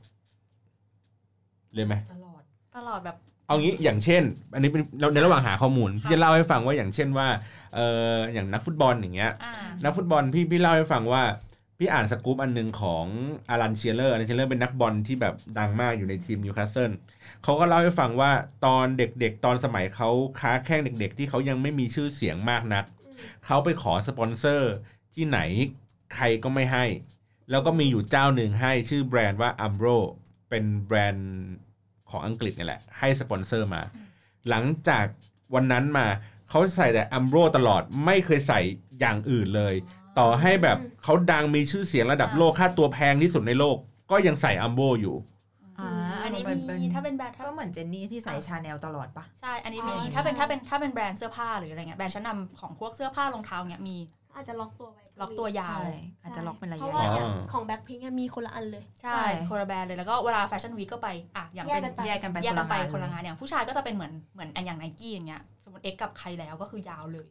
Speaker 2: เลยไหม
Speaker 4: ตลอด
Speaker 3: ตลอดแบบ
Speaker 2: เอางี้อย่างเช่น อันนี้เป็นเราในระหว่างหาข้อมูล พี่จะเล่าให้ฟังว่าอย่างเช่นว่าเอออย่างนักฟุตบอลอย่างเงี้ย
Speaker 3: อ่า
Speaker 2: นักฟุตบอลพี่พี่เล่าให้ฟังว่า พี่อ่านสกู๊ปอันหนึ่งของอารันเชียเลอร์อารันเชียเลอร์เป็นนักบอลที่แบบดังมากอยู่ในทีมนิวคาสเซิลเขาก็เล่าให้ฟังว่าตอนเด็กๆ ตอนสมัยเขาค้าแข้งเด็กๆ ที่เขายังไม่มีชื่อเสียงมากนัก
Speaker 5: อืม
Speaker 2: เขาไปขอสปอนเซอร์ที่ไหนใครก็ไม่ให้ แล้วก็มีอยู่เจ้าหนึ่งให้ชื่อแบรนด์ว่า a m b r o เป็นแบรนด์ของอังกฤษนี่แหละ ให้สปอนเซอร์มา หลังจากวันนั้นมา เขาใส่แต่อัมโบรตลอดไม่เคยใส่อย่างอื่นเลย ต่อให้แบบเขาดังมีชื่อเสียงระดับโลกค่าตัวแพงที่สุดในโลก ก็ยังใส่อัมโบอยู่
Speaker 4: อ่า
Speaker 3: อันนี้
Speaker 4: เป็เป็
Speaker 3: มีถ้าเป็นแบรนด์ถ้า
Speaker 4: ก็เหมือนเจนนี่ที่ใส่ชาแนลตลอดปะ
Speaker 3: ใช่ อันนี้มี
Speaker 4: อ๋อ
Speaker 3: ถ้าเป็นถ้าเป็นถ้าเป็นแบรนด์เสื้อผ้าหรืออะไรเงี้ยแบรนด์ชั้นนำของพวกเสื้อผ้ารองเท้าเนี้ยมี
Speaker 5: อาจจะล็อกตัวไว้
Speaker 3: ล็อกตัวยาว
Speaker 4: ใช่อาจจะล็อกเป็นระ
Speaker 5: เพ
Speaker 4: ยะ
Speaker 5: ราะว่าอย่าง
Speaker 2: อ๋อ
Speaker 5: ของแบ็คพิงมีคนละอันเลย
Speaker 3: ใช่
Speaker 4: ใช่
Speaker 3: คนละแบรนด์เลยแล้วก็เวลาแฟชั่นวีคก็ไปอ่ะอย่าง
Speaker 5: แย
Speaker 3: เป็น
Speaker 5: กกันไป
Speaker 4: แยกกันไป
Speaker 3: แยกกันไปค
Speaker 4: คน น
Speaker 3: ละงาง
Speaker 4: ละาน น
Speaker 3: อย่างผู้ชายก็จะเป็นเหมือนเหมือนอันอย่างไนกี้อย่างเงี้ยสมมติเอ็กกับใครแล้วก็คือยาวเลย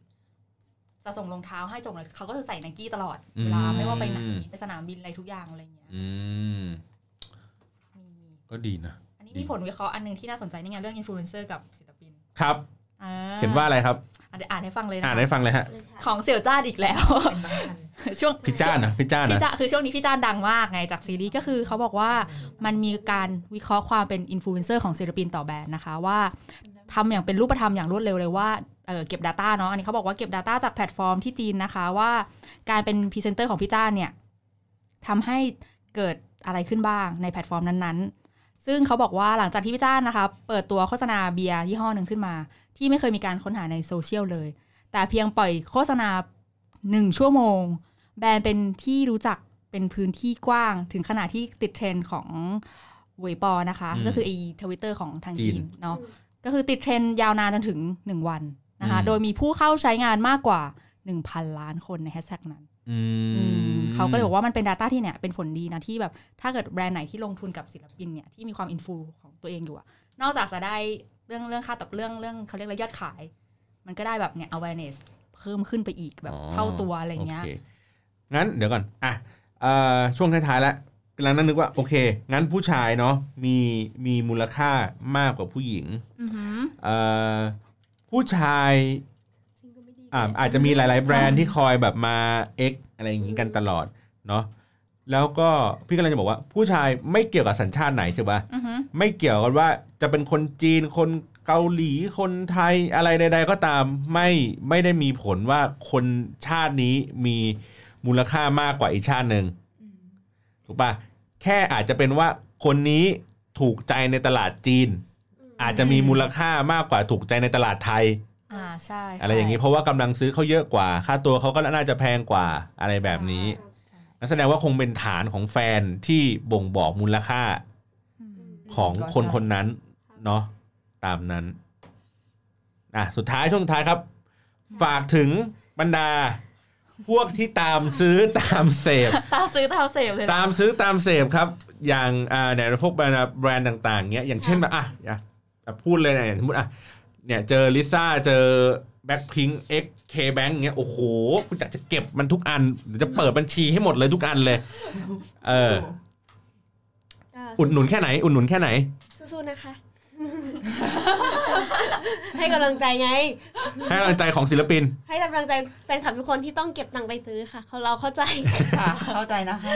Speaker 3: จะส่งรองเท้าให้ส่งอะไรเขาก็จะใส่ไนกี้ตลอดเวลา
Speaker 2: อืม
Speaker 3: ไม่ว่าไปไหนไปสนามบินอะไรทุกอย่างอะไรเงี้ย
Speaker 2: อืม
Speaker 3: มีมี
Speaker 2: ก็ดีนะ
Speaker 3: อันนี้
Speaker 2: ดี
Speaker 3: มีผลวิเคราะห์อันหนึงที่น่าสนใจนี่ไงเรื่องอินฟลูเอนเซอร์กับศิลปิน
Speaker 2: ครับ
Speaker 3: อ่
Speaker 2: เขียนว่าอะไรครับ
Speaker 3: อ่ะเดี๋ยวอ่านให้ฟังเลยนะ
Speaker 2: อ่านให้ฟังเลยฮะ
Speaker 5: เลยค่ะ
Speaker 3: ของเสี่ยวจ้านอีกแล้ว
Speaker 4: เป็นบางอัน
Speaker 3: ช่วง
Speaker 2: พี่จ้านนะพี่จ้าน
Speaker 3: พี่
Speaker 2: นะ
Speaker 3: จ้าคือช่วงนี้พี่จ้าดังมากไงจากซีรีส์ก็คือเขาบอกว่ามันมีการวิเคราะห์ความเป็นอินฟลูเอนเซอร์ของศิลปินต่อแบรนด์นะคะ ว่าทำอย่างเป็นรูปธรรมอย่างรวดเร็วเลยว่าเอ่อเก็บ Data เนาะอันนี้เขาบอกว่าเก็บ Data จากแพลตฟอร์มที่จีนนะคะ ว่าการเป็นพรีเซนเตอร์ของพี่จ้าเนี่ยทำให้เกิดอะไรขึ้นบ้างในแพลตฟอร์มนั้นๆ ซึ่งเขาบอกว่าหลังจากที่พี่จ้านะคะเปิดตัวโฆษณาเบียร์ยี่ห้อหนึ่งขึ้นมา ที่ไม่เคยมีการค้นหาในโซเชียลเลย แต่เพียงปล่อยโฆษณาหนึ่งชั่วโมง แบรนด์เป็นที่รู้จักเป็นพื้นที่กว้าง ถึงขนาดที่ติดเทรนด์ของเวยปอนะคะ
Speaker 2: อืม
Speaker 3: ก็คือไอทวิตเตอร์ของทาง
Speaker 2: จี
Speaker 3: จี
Speaker 2: น
Speaker 3: นเนาะก็คือติดเทรนด์ยาวนานจนถึง 1 วันนะคะ
Speaker 2: อืม
Speaker 3: โดยมีผู้เข้าใช้งานมากกว่า 1,000 ล้านคนในแฮชแท็กนั้น
Speaker 2: อื
Speaker 3: อื
Speaker 2: ม
Speaker 3: มเขาก็เลยบอกว่ามันเป็น Data ที่เนี่ยเป็นผลดีนะที่แบบถ้าเกิดแบรนด์ไหนที่ลงทุนกับศิลปินเนี่ยที่มีความอินฟูของตัวเองอยู่อะนอกจากจะได้เรื่องเรื่องค่าตอบเรื่องเรื่องเขาเรียกอะไรยอดขาย มันก็ได้แบบเนี่ย awareness เพิ่มขึ้นไปอีกแบบเท่าตัวอะไรเงี้ย
Speaker 2: โคงั้นเดี๋ยวก่อน อ่ะเอ่อช่วงท้ายๆแล้วกำลังนั่งนึกว่าโอเค งั้นผู้ชายเนาะมีมีมูลค่ามากกว่าผู้หญิง
Speaker 3: อือหือ
Speaker 2: เอ่อผู้ชาย
Speaker 5: จริงก็ไม่ดี
Speaker 2: อ่ะอาจจะมีหลาย ๆ แบรนด์ที่คอยแบบมาเอ็กอะไรอย่างนี้กันตลอดเนาะแล้วก็พี่กำลังจะบอกว่าผู้ชายไม่เกี่ยวกับสัญชาติไหนใช่ปะ
Speaker 3: อือหือ
Speaker 2: ไม่เกี่ยวกันว่าจะเป็นคนจีนคนเกาหลีคนไทยอะไรใด ๆ ก็ตามไม่ไม่ได้มีผลว่าคนชาตินี้มีมูลค่ามากกว่าอีกชาติหนึ่งถูกปะแค่อาจจะเป็นว่าคนนี้ถูกใจในตลาดจีน อาจจะมีมูลค่ามากกว่าถูกใจในตลาดไทย
Speaker 3: อ่าใช่
Speaker 2: อะไรอย่างนี้เพราะว่ากำลังซื้อเขาเยอะกว่า ค่าตัวเขาก็น่าจะแพงกว่าอะไรแบบนี้นั่นแสดงว่าคงเป็นฐานของแฟนที่บ่งบอกมูลค่า
Speaker 3: อืม
Speaker 2: ของ
Speaker 4: ก็
Speaker 2: คน
Speaker 4: ใช่
Speaker 2: คนนั้นเนาะตามนั้น อ่ะ สุดท้ายช่วงสุดท้ายครับ ฝากถึงบรรดา พวกที่ตามซื้อตามเสพ
Speaker 3: ตามซื้อตามเสพเลยนะ
Speaker 2: ตามซื้อตามเสพครับ อย่างอ่าเนี่ยพวกแบรนด์แบรนด์ต่าง ๆเนี้ยอย่างเช่นแบบอ่ะอ่ะอ่ะพูดเลยนะอย่างสมมติอ่ะเนี่ยเจอลิซ่าเจอแบ็คพิงเอ็กเคแบงเงี้ยโอ้โหคุณอยากจะเก็บมันทุกอันเดี๋ยวจะเปิดบัญชีให้หมดเลยทุกอันเลย เออ อุดหนุนแค่ไหน อุดหนุนแค่ไหน
Speaker 5: สู้ๆนะคะ ให้กำลังใจไง
Speaker 2: ให้กำลังใจของศิลปิน
Speaker 5: ให้กำลังใจแฟนคลับทุกคนที่ต้องเก็บตังค์ไปซื้อค่ะเขาเราเข้าใจ
Speaker 4: ค่ะเข้าใจ นะคะ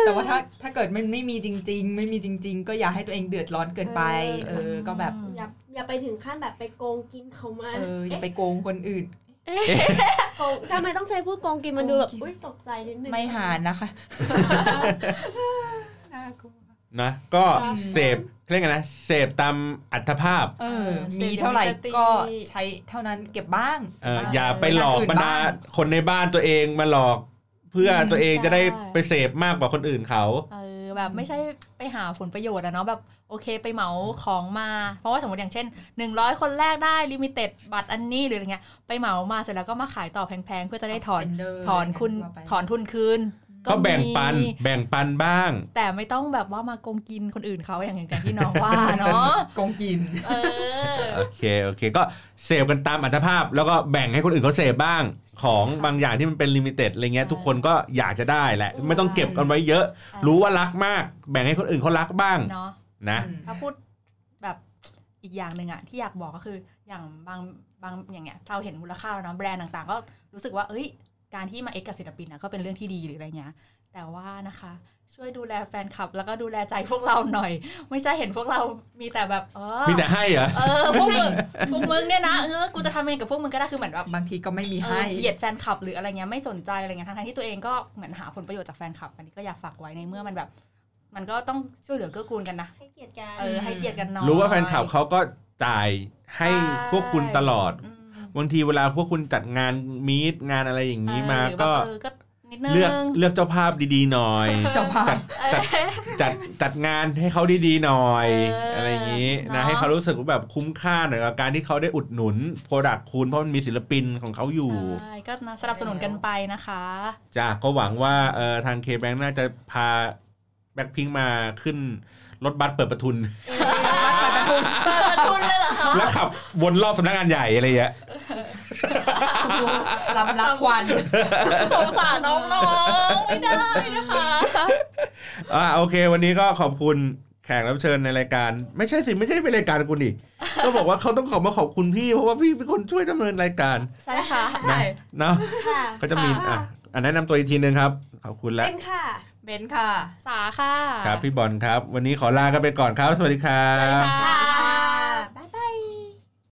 Speaker 4: แต่ว่าถ้าถ้าเกิดมันไม่มีจริง ๆ ไม่มีจริง ๆ ก็อย่าให้ตัวเองเดือดร้อนเกินไป เออ ก็แบบ
Speaker 5: อย่าอย่าไปถึงขั้นแบบไปโกงกินเขามา
Speaker 4: เออ อย่าไปโกงคนอื่น
Speaker 5: โกงทำไมต้องใช้พูดโกงกินมันดูแบบ
Speaker 4: โกงกิน
Speaker 5: อุ้ยตกใจนิดนึง
Speaker 4: ไม่หารนะคะน่ากลัว
Speaker 2: นะก็
Speaker 4: ครับ
Speaker 2: เสพเขาเรียกไงนะเสพตามอัตภาพ
Speaker 4: เออ มีเท่าไหร่ก็ใช้เท่านั้นเก็บบ้าง
Speaker 2: เอ่อ
Speaker 4: บ้ง
Speaker 2: อย่าไปหลอกบรรดาคนในบ้านตัวเองมาหลอก เพื่อตัวเองจะได้ไปเสพมากกว่าคนอื่นเขา
Speaker 3: เออแบบไม่ใช่ไปหาผลประโยชน์อะเนาะแบบโอเคไปเหมาของมา เพราะว่าสมมติอย่างเช่น 100 คนแรกได้ลิมิเต็ดบัตรอันนี้หรืออะไรเงี้ยไปเหมามาเสร็จแล้วก็มาขายต่อแพงๆ เพื่อจะได้ถอนถอนคุณถอนทุนคืน
Speaker 2: ก็
Speaker 3: มี
Speaker 2: แบ่งปันแบ่งปันบ้าง
Speaker 3: แต่ไม่ต้องแบบว่ามาโกงกินคนอื่นเขาอย่างอย่างที่น้องว่าเนาะ
Speaker 4: โกงกิน
Speaker 3: เออ
Speaker 2: โอเคโอเคก็เสพกันตามอัตภาพ แล้วก็แบ่งให้คนอื่นเขาเสพบ้างของบางอย่างที่มันเป็นลิมิเต็ดอะไรเงี้ยทุกคนก็อยากจะได้แหละไม่ต้องเก็บกันไว้เยอะ
Speaker 3: ช่
Speaker 2: รู้ว่ารักมาก แบ่งให้คนอื่นเขารักบ้าง
Speaker 3: เนาะ
Speaker 2: นะ
Speaker 3: ถ้าพูดแบบอีกอย่างหนึ่งอะที่อยากบอกก็คืออย่างบางบางอย่างเงี้ยเราเห็นมูลค่าแล้วเนาะแบรนด์ต่างๆ ก็รู้สึกว่าเอ้ยการที่มาเอ็กกับศิลปินอะก็เป็นเรื่องที่ดีหรืออะไรเงี้ยแต่ว่านะคะ ช่วยดูแลแฟนคลับ แล้วก็ดูแลใจพวกเราหน่อย ไม่ใช่เห็นพวกเรามีแต่แบบเออ
Speaker 2: มีแต่ให้เหรอ
Speaker 3: เออพวกมึงพวกมึงเนี่ยนะเออกูจะทำเองกับพวกมึงก็ได้คือเหมือนแบบ
Speaker 4: บางทีก็ไม่มี
Speaker 3: เอ
Speaker 4: ให้
Speaker 3: อเหยียดแฟนคลับหรืออะไรเงี้ยไม่สนใจอะไรเงี้ยทั้งๆที่ตัวเองก็เหมือนหาผลประโยชน์จากแฟนคลับอันนี้ก็อยากฝากไว้ในเมื่อมันแบบ มันก็ต้องช่วยเหลือเกื้อกูลกันนะ
Speaker 5: ให้เกียรติกัน
Speaker 3: เออให้เกียรติกันหน่อย
Speaker 2: รู้ว่าแฟนคลับเขาก็จ่ายให้พวกคุณตลอด
Speaker 3: อืม
Speaker 2: บางทีเวลาพวกคุณจัดงานมีตงานอะไรอย่างนี้มา
Speaker 3: หรือแบบ
Speaker 2: ก็
Speaker 3: เออก็นิดนึง
Speaker 2: เลือกเลือกเจ้าภาพดีๆหน่ อย
Speaker 4: เจ้าภาพ
Speaker 2: จัด
Speaker 3: เออ
Speaker 2: จัดจั ดจัดงานให้เขาดีๆหน่อย
Speaker 3: เอออ
Speaker 2: อะไรอย่างนี้
Speaker 3: เน
Speaker 2: นะ
Speaker 3: อะ
Speaker 2: ให้เขารู้สึกว่าแบบคุ้มค่าหน่อยกับการที่เขาได้อุดหนุนโปรดักคุณเพราะมันมีศิลปินของเขาอยู่
Speaker 3: ใช่ก็สนับสนุนกันไปนะคะ
Speaker 2: จ้ะก็หวังว่าเออทางเคแบงน่าจะพาแบ็คพิงมาขึ้นรถบัสเปิดประ ทุน
Speaker 3: เปิดประทุนเลยเหรอคะ
Speaker 2: แล้วขับวนรอบสำนักงานใหญ่อะไรอย่างเงี้ย
Speaker 4: ลำลักควัน
Speaker 3: สงสารน้องๆไม่ได้นะคะ
Speaker 2: อ่าโอเค วันนี้ก็ขอบคุณแขกรับเชิญในรายการ ไม่ใช่สิไม่ใช่เป็นรายการคุณอีก ก็บอกว่าเขาต้องขอมาขอบคุณพี่ เพราะว่าพี่เป็นคนช่วยดำเนินรายการ
Speaker 3: ใช่ค่ะ
Speaker 4: ใช่
Speaker 2: เนาะ
Speaker 5: ค่ะ
Speaker 2: ก็จะมีอ่ะอันแนะนำตัวอีกทีนึงครับ ขอบคุณแล้ว
Speaker 5: เป็นค่ะ
Speaker 4: เบนซ์ค่ะ
Speaker 3: สาค่ะ
Speaker 2: ครับพี่บอลครับ วันนี้ขอลากันไปก่อนครับ สวัสดีครั
Speaker 3: สวัสดี
Speaker 2: บ
Speaker 3: ค่ะ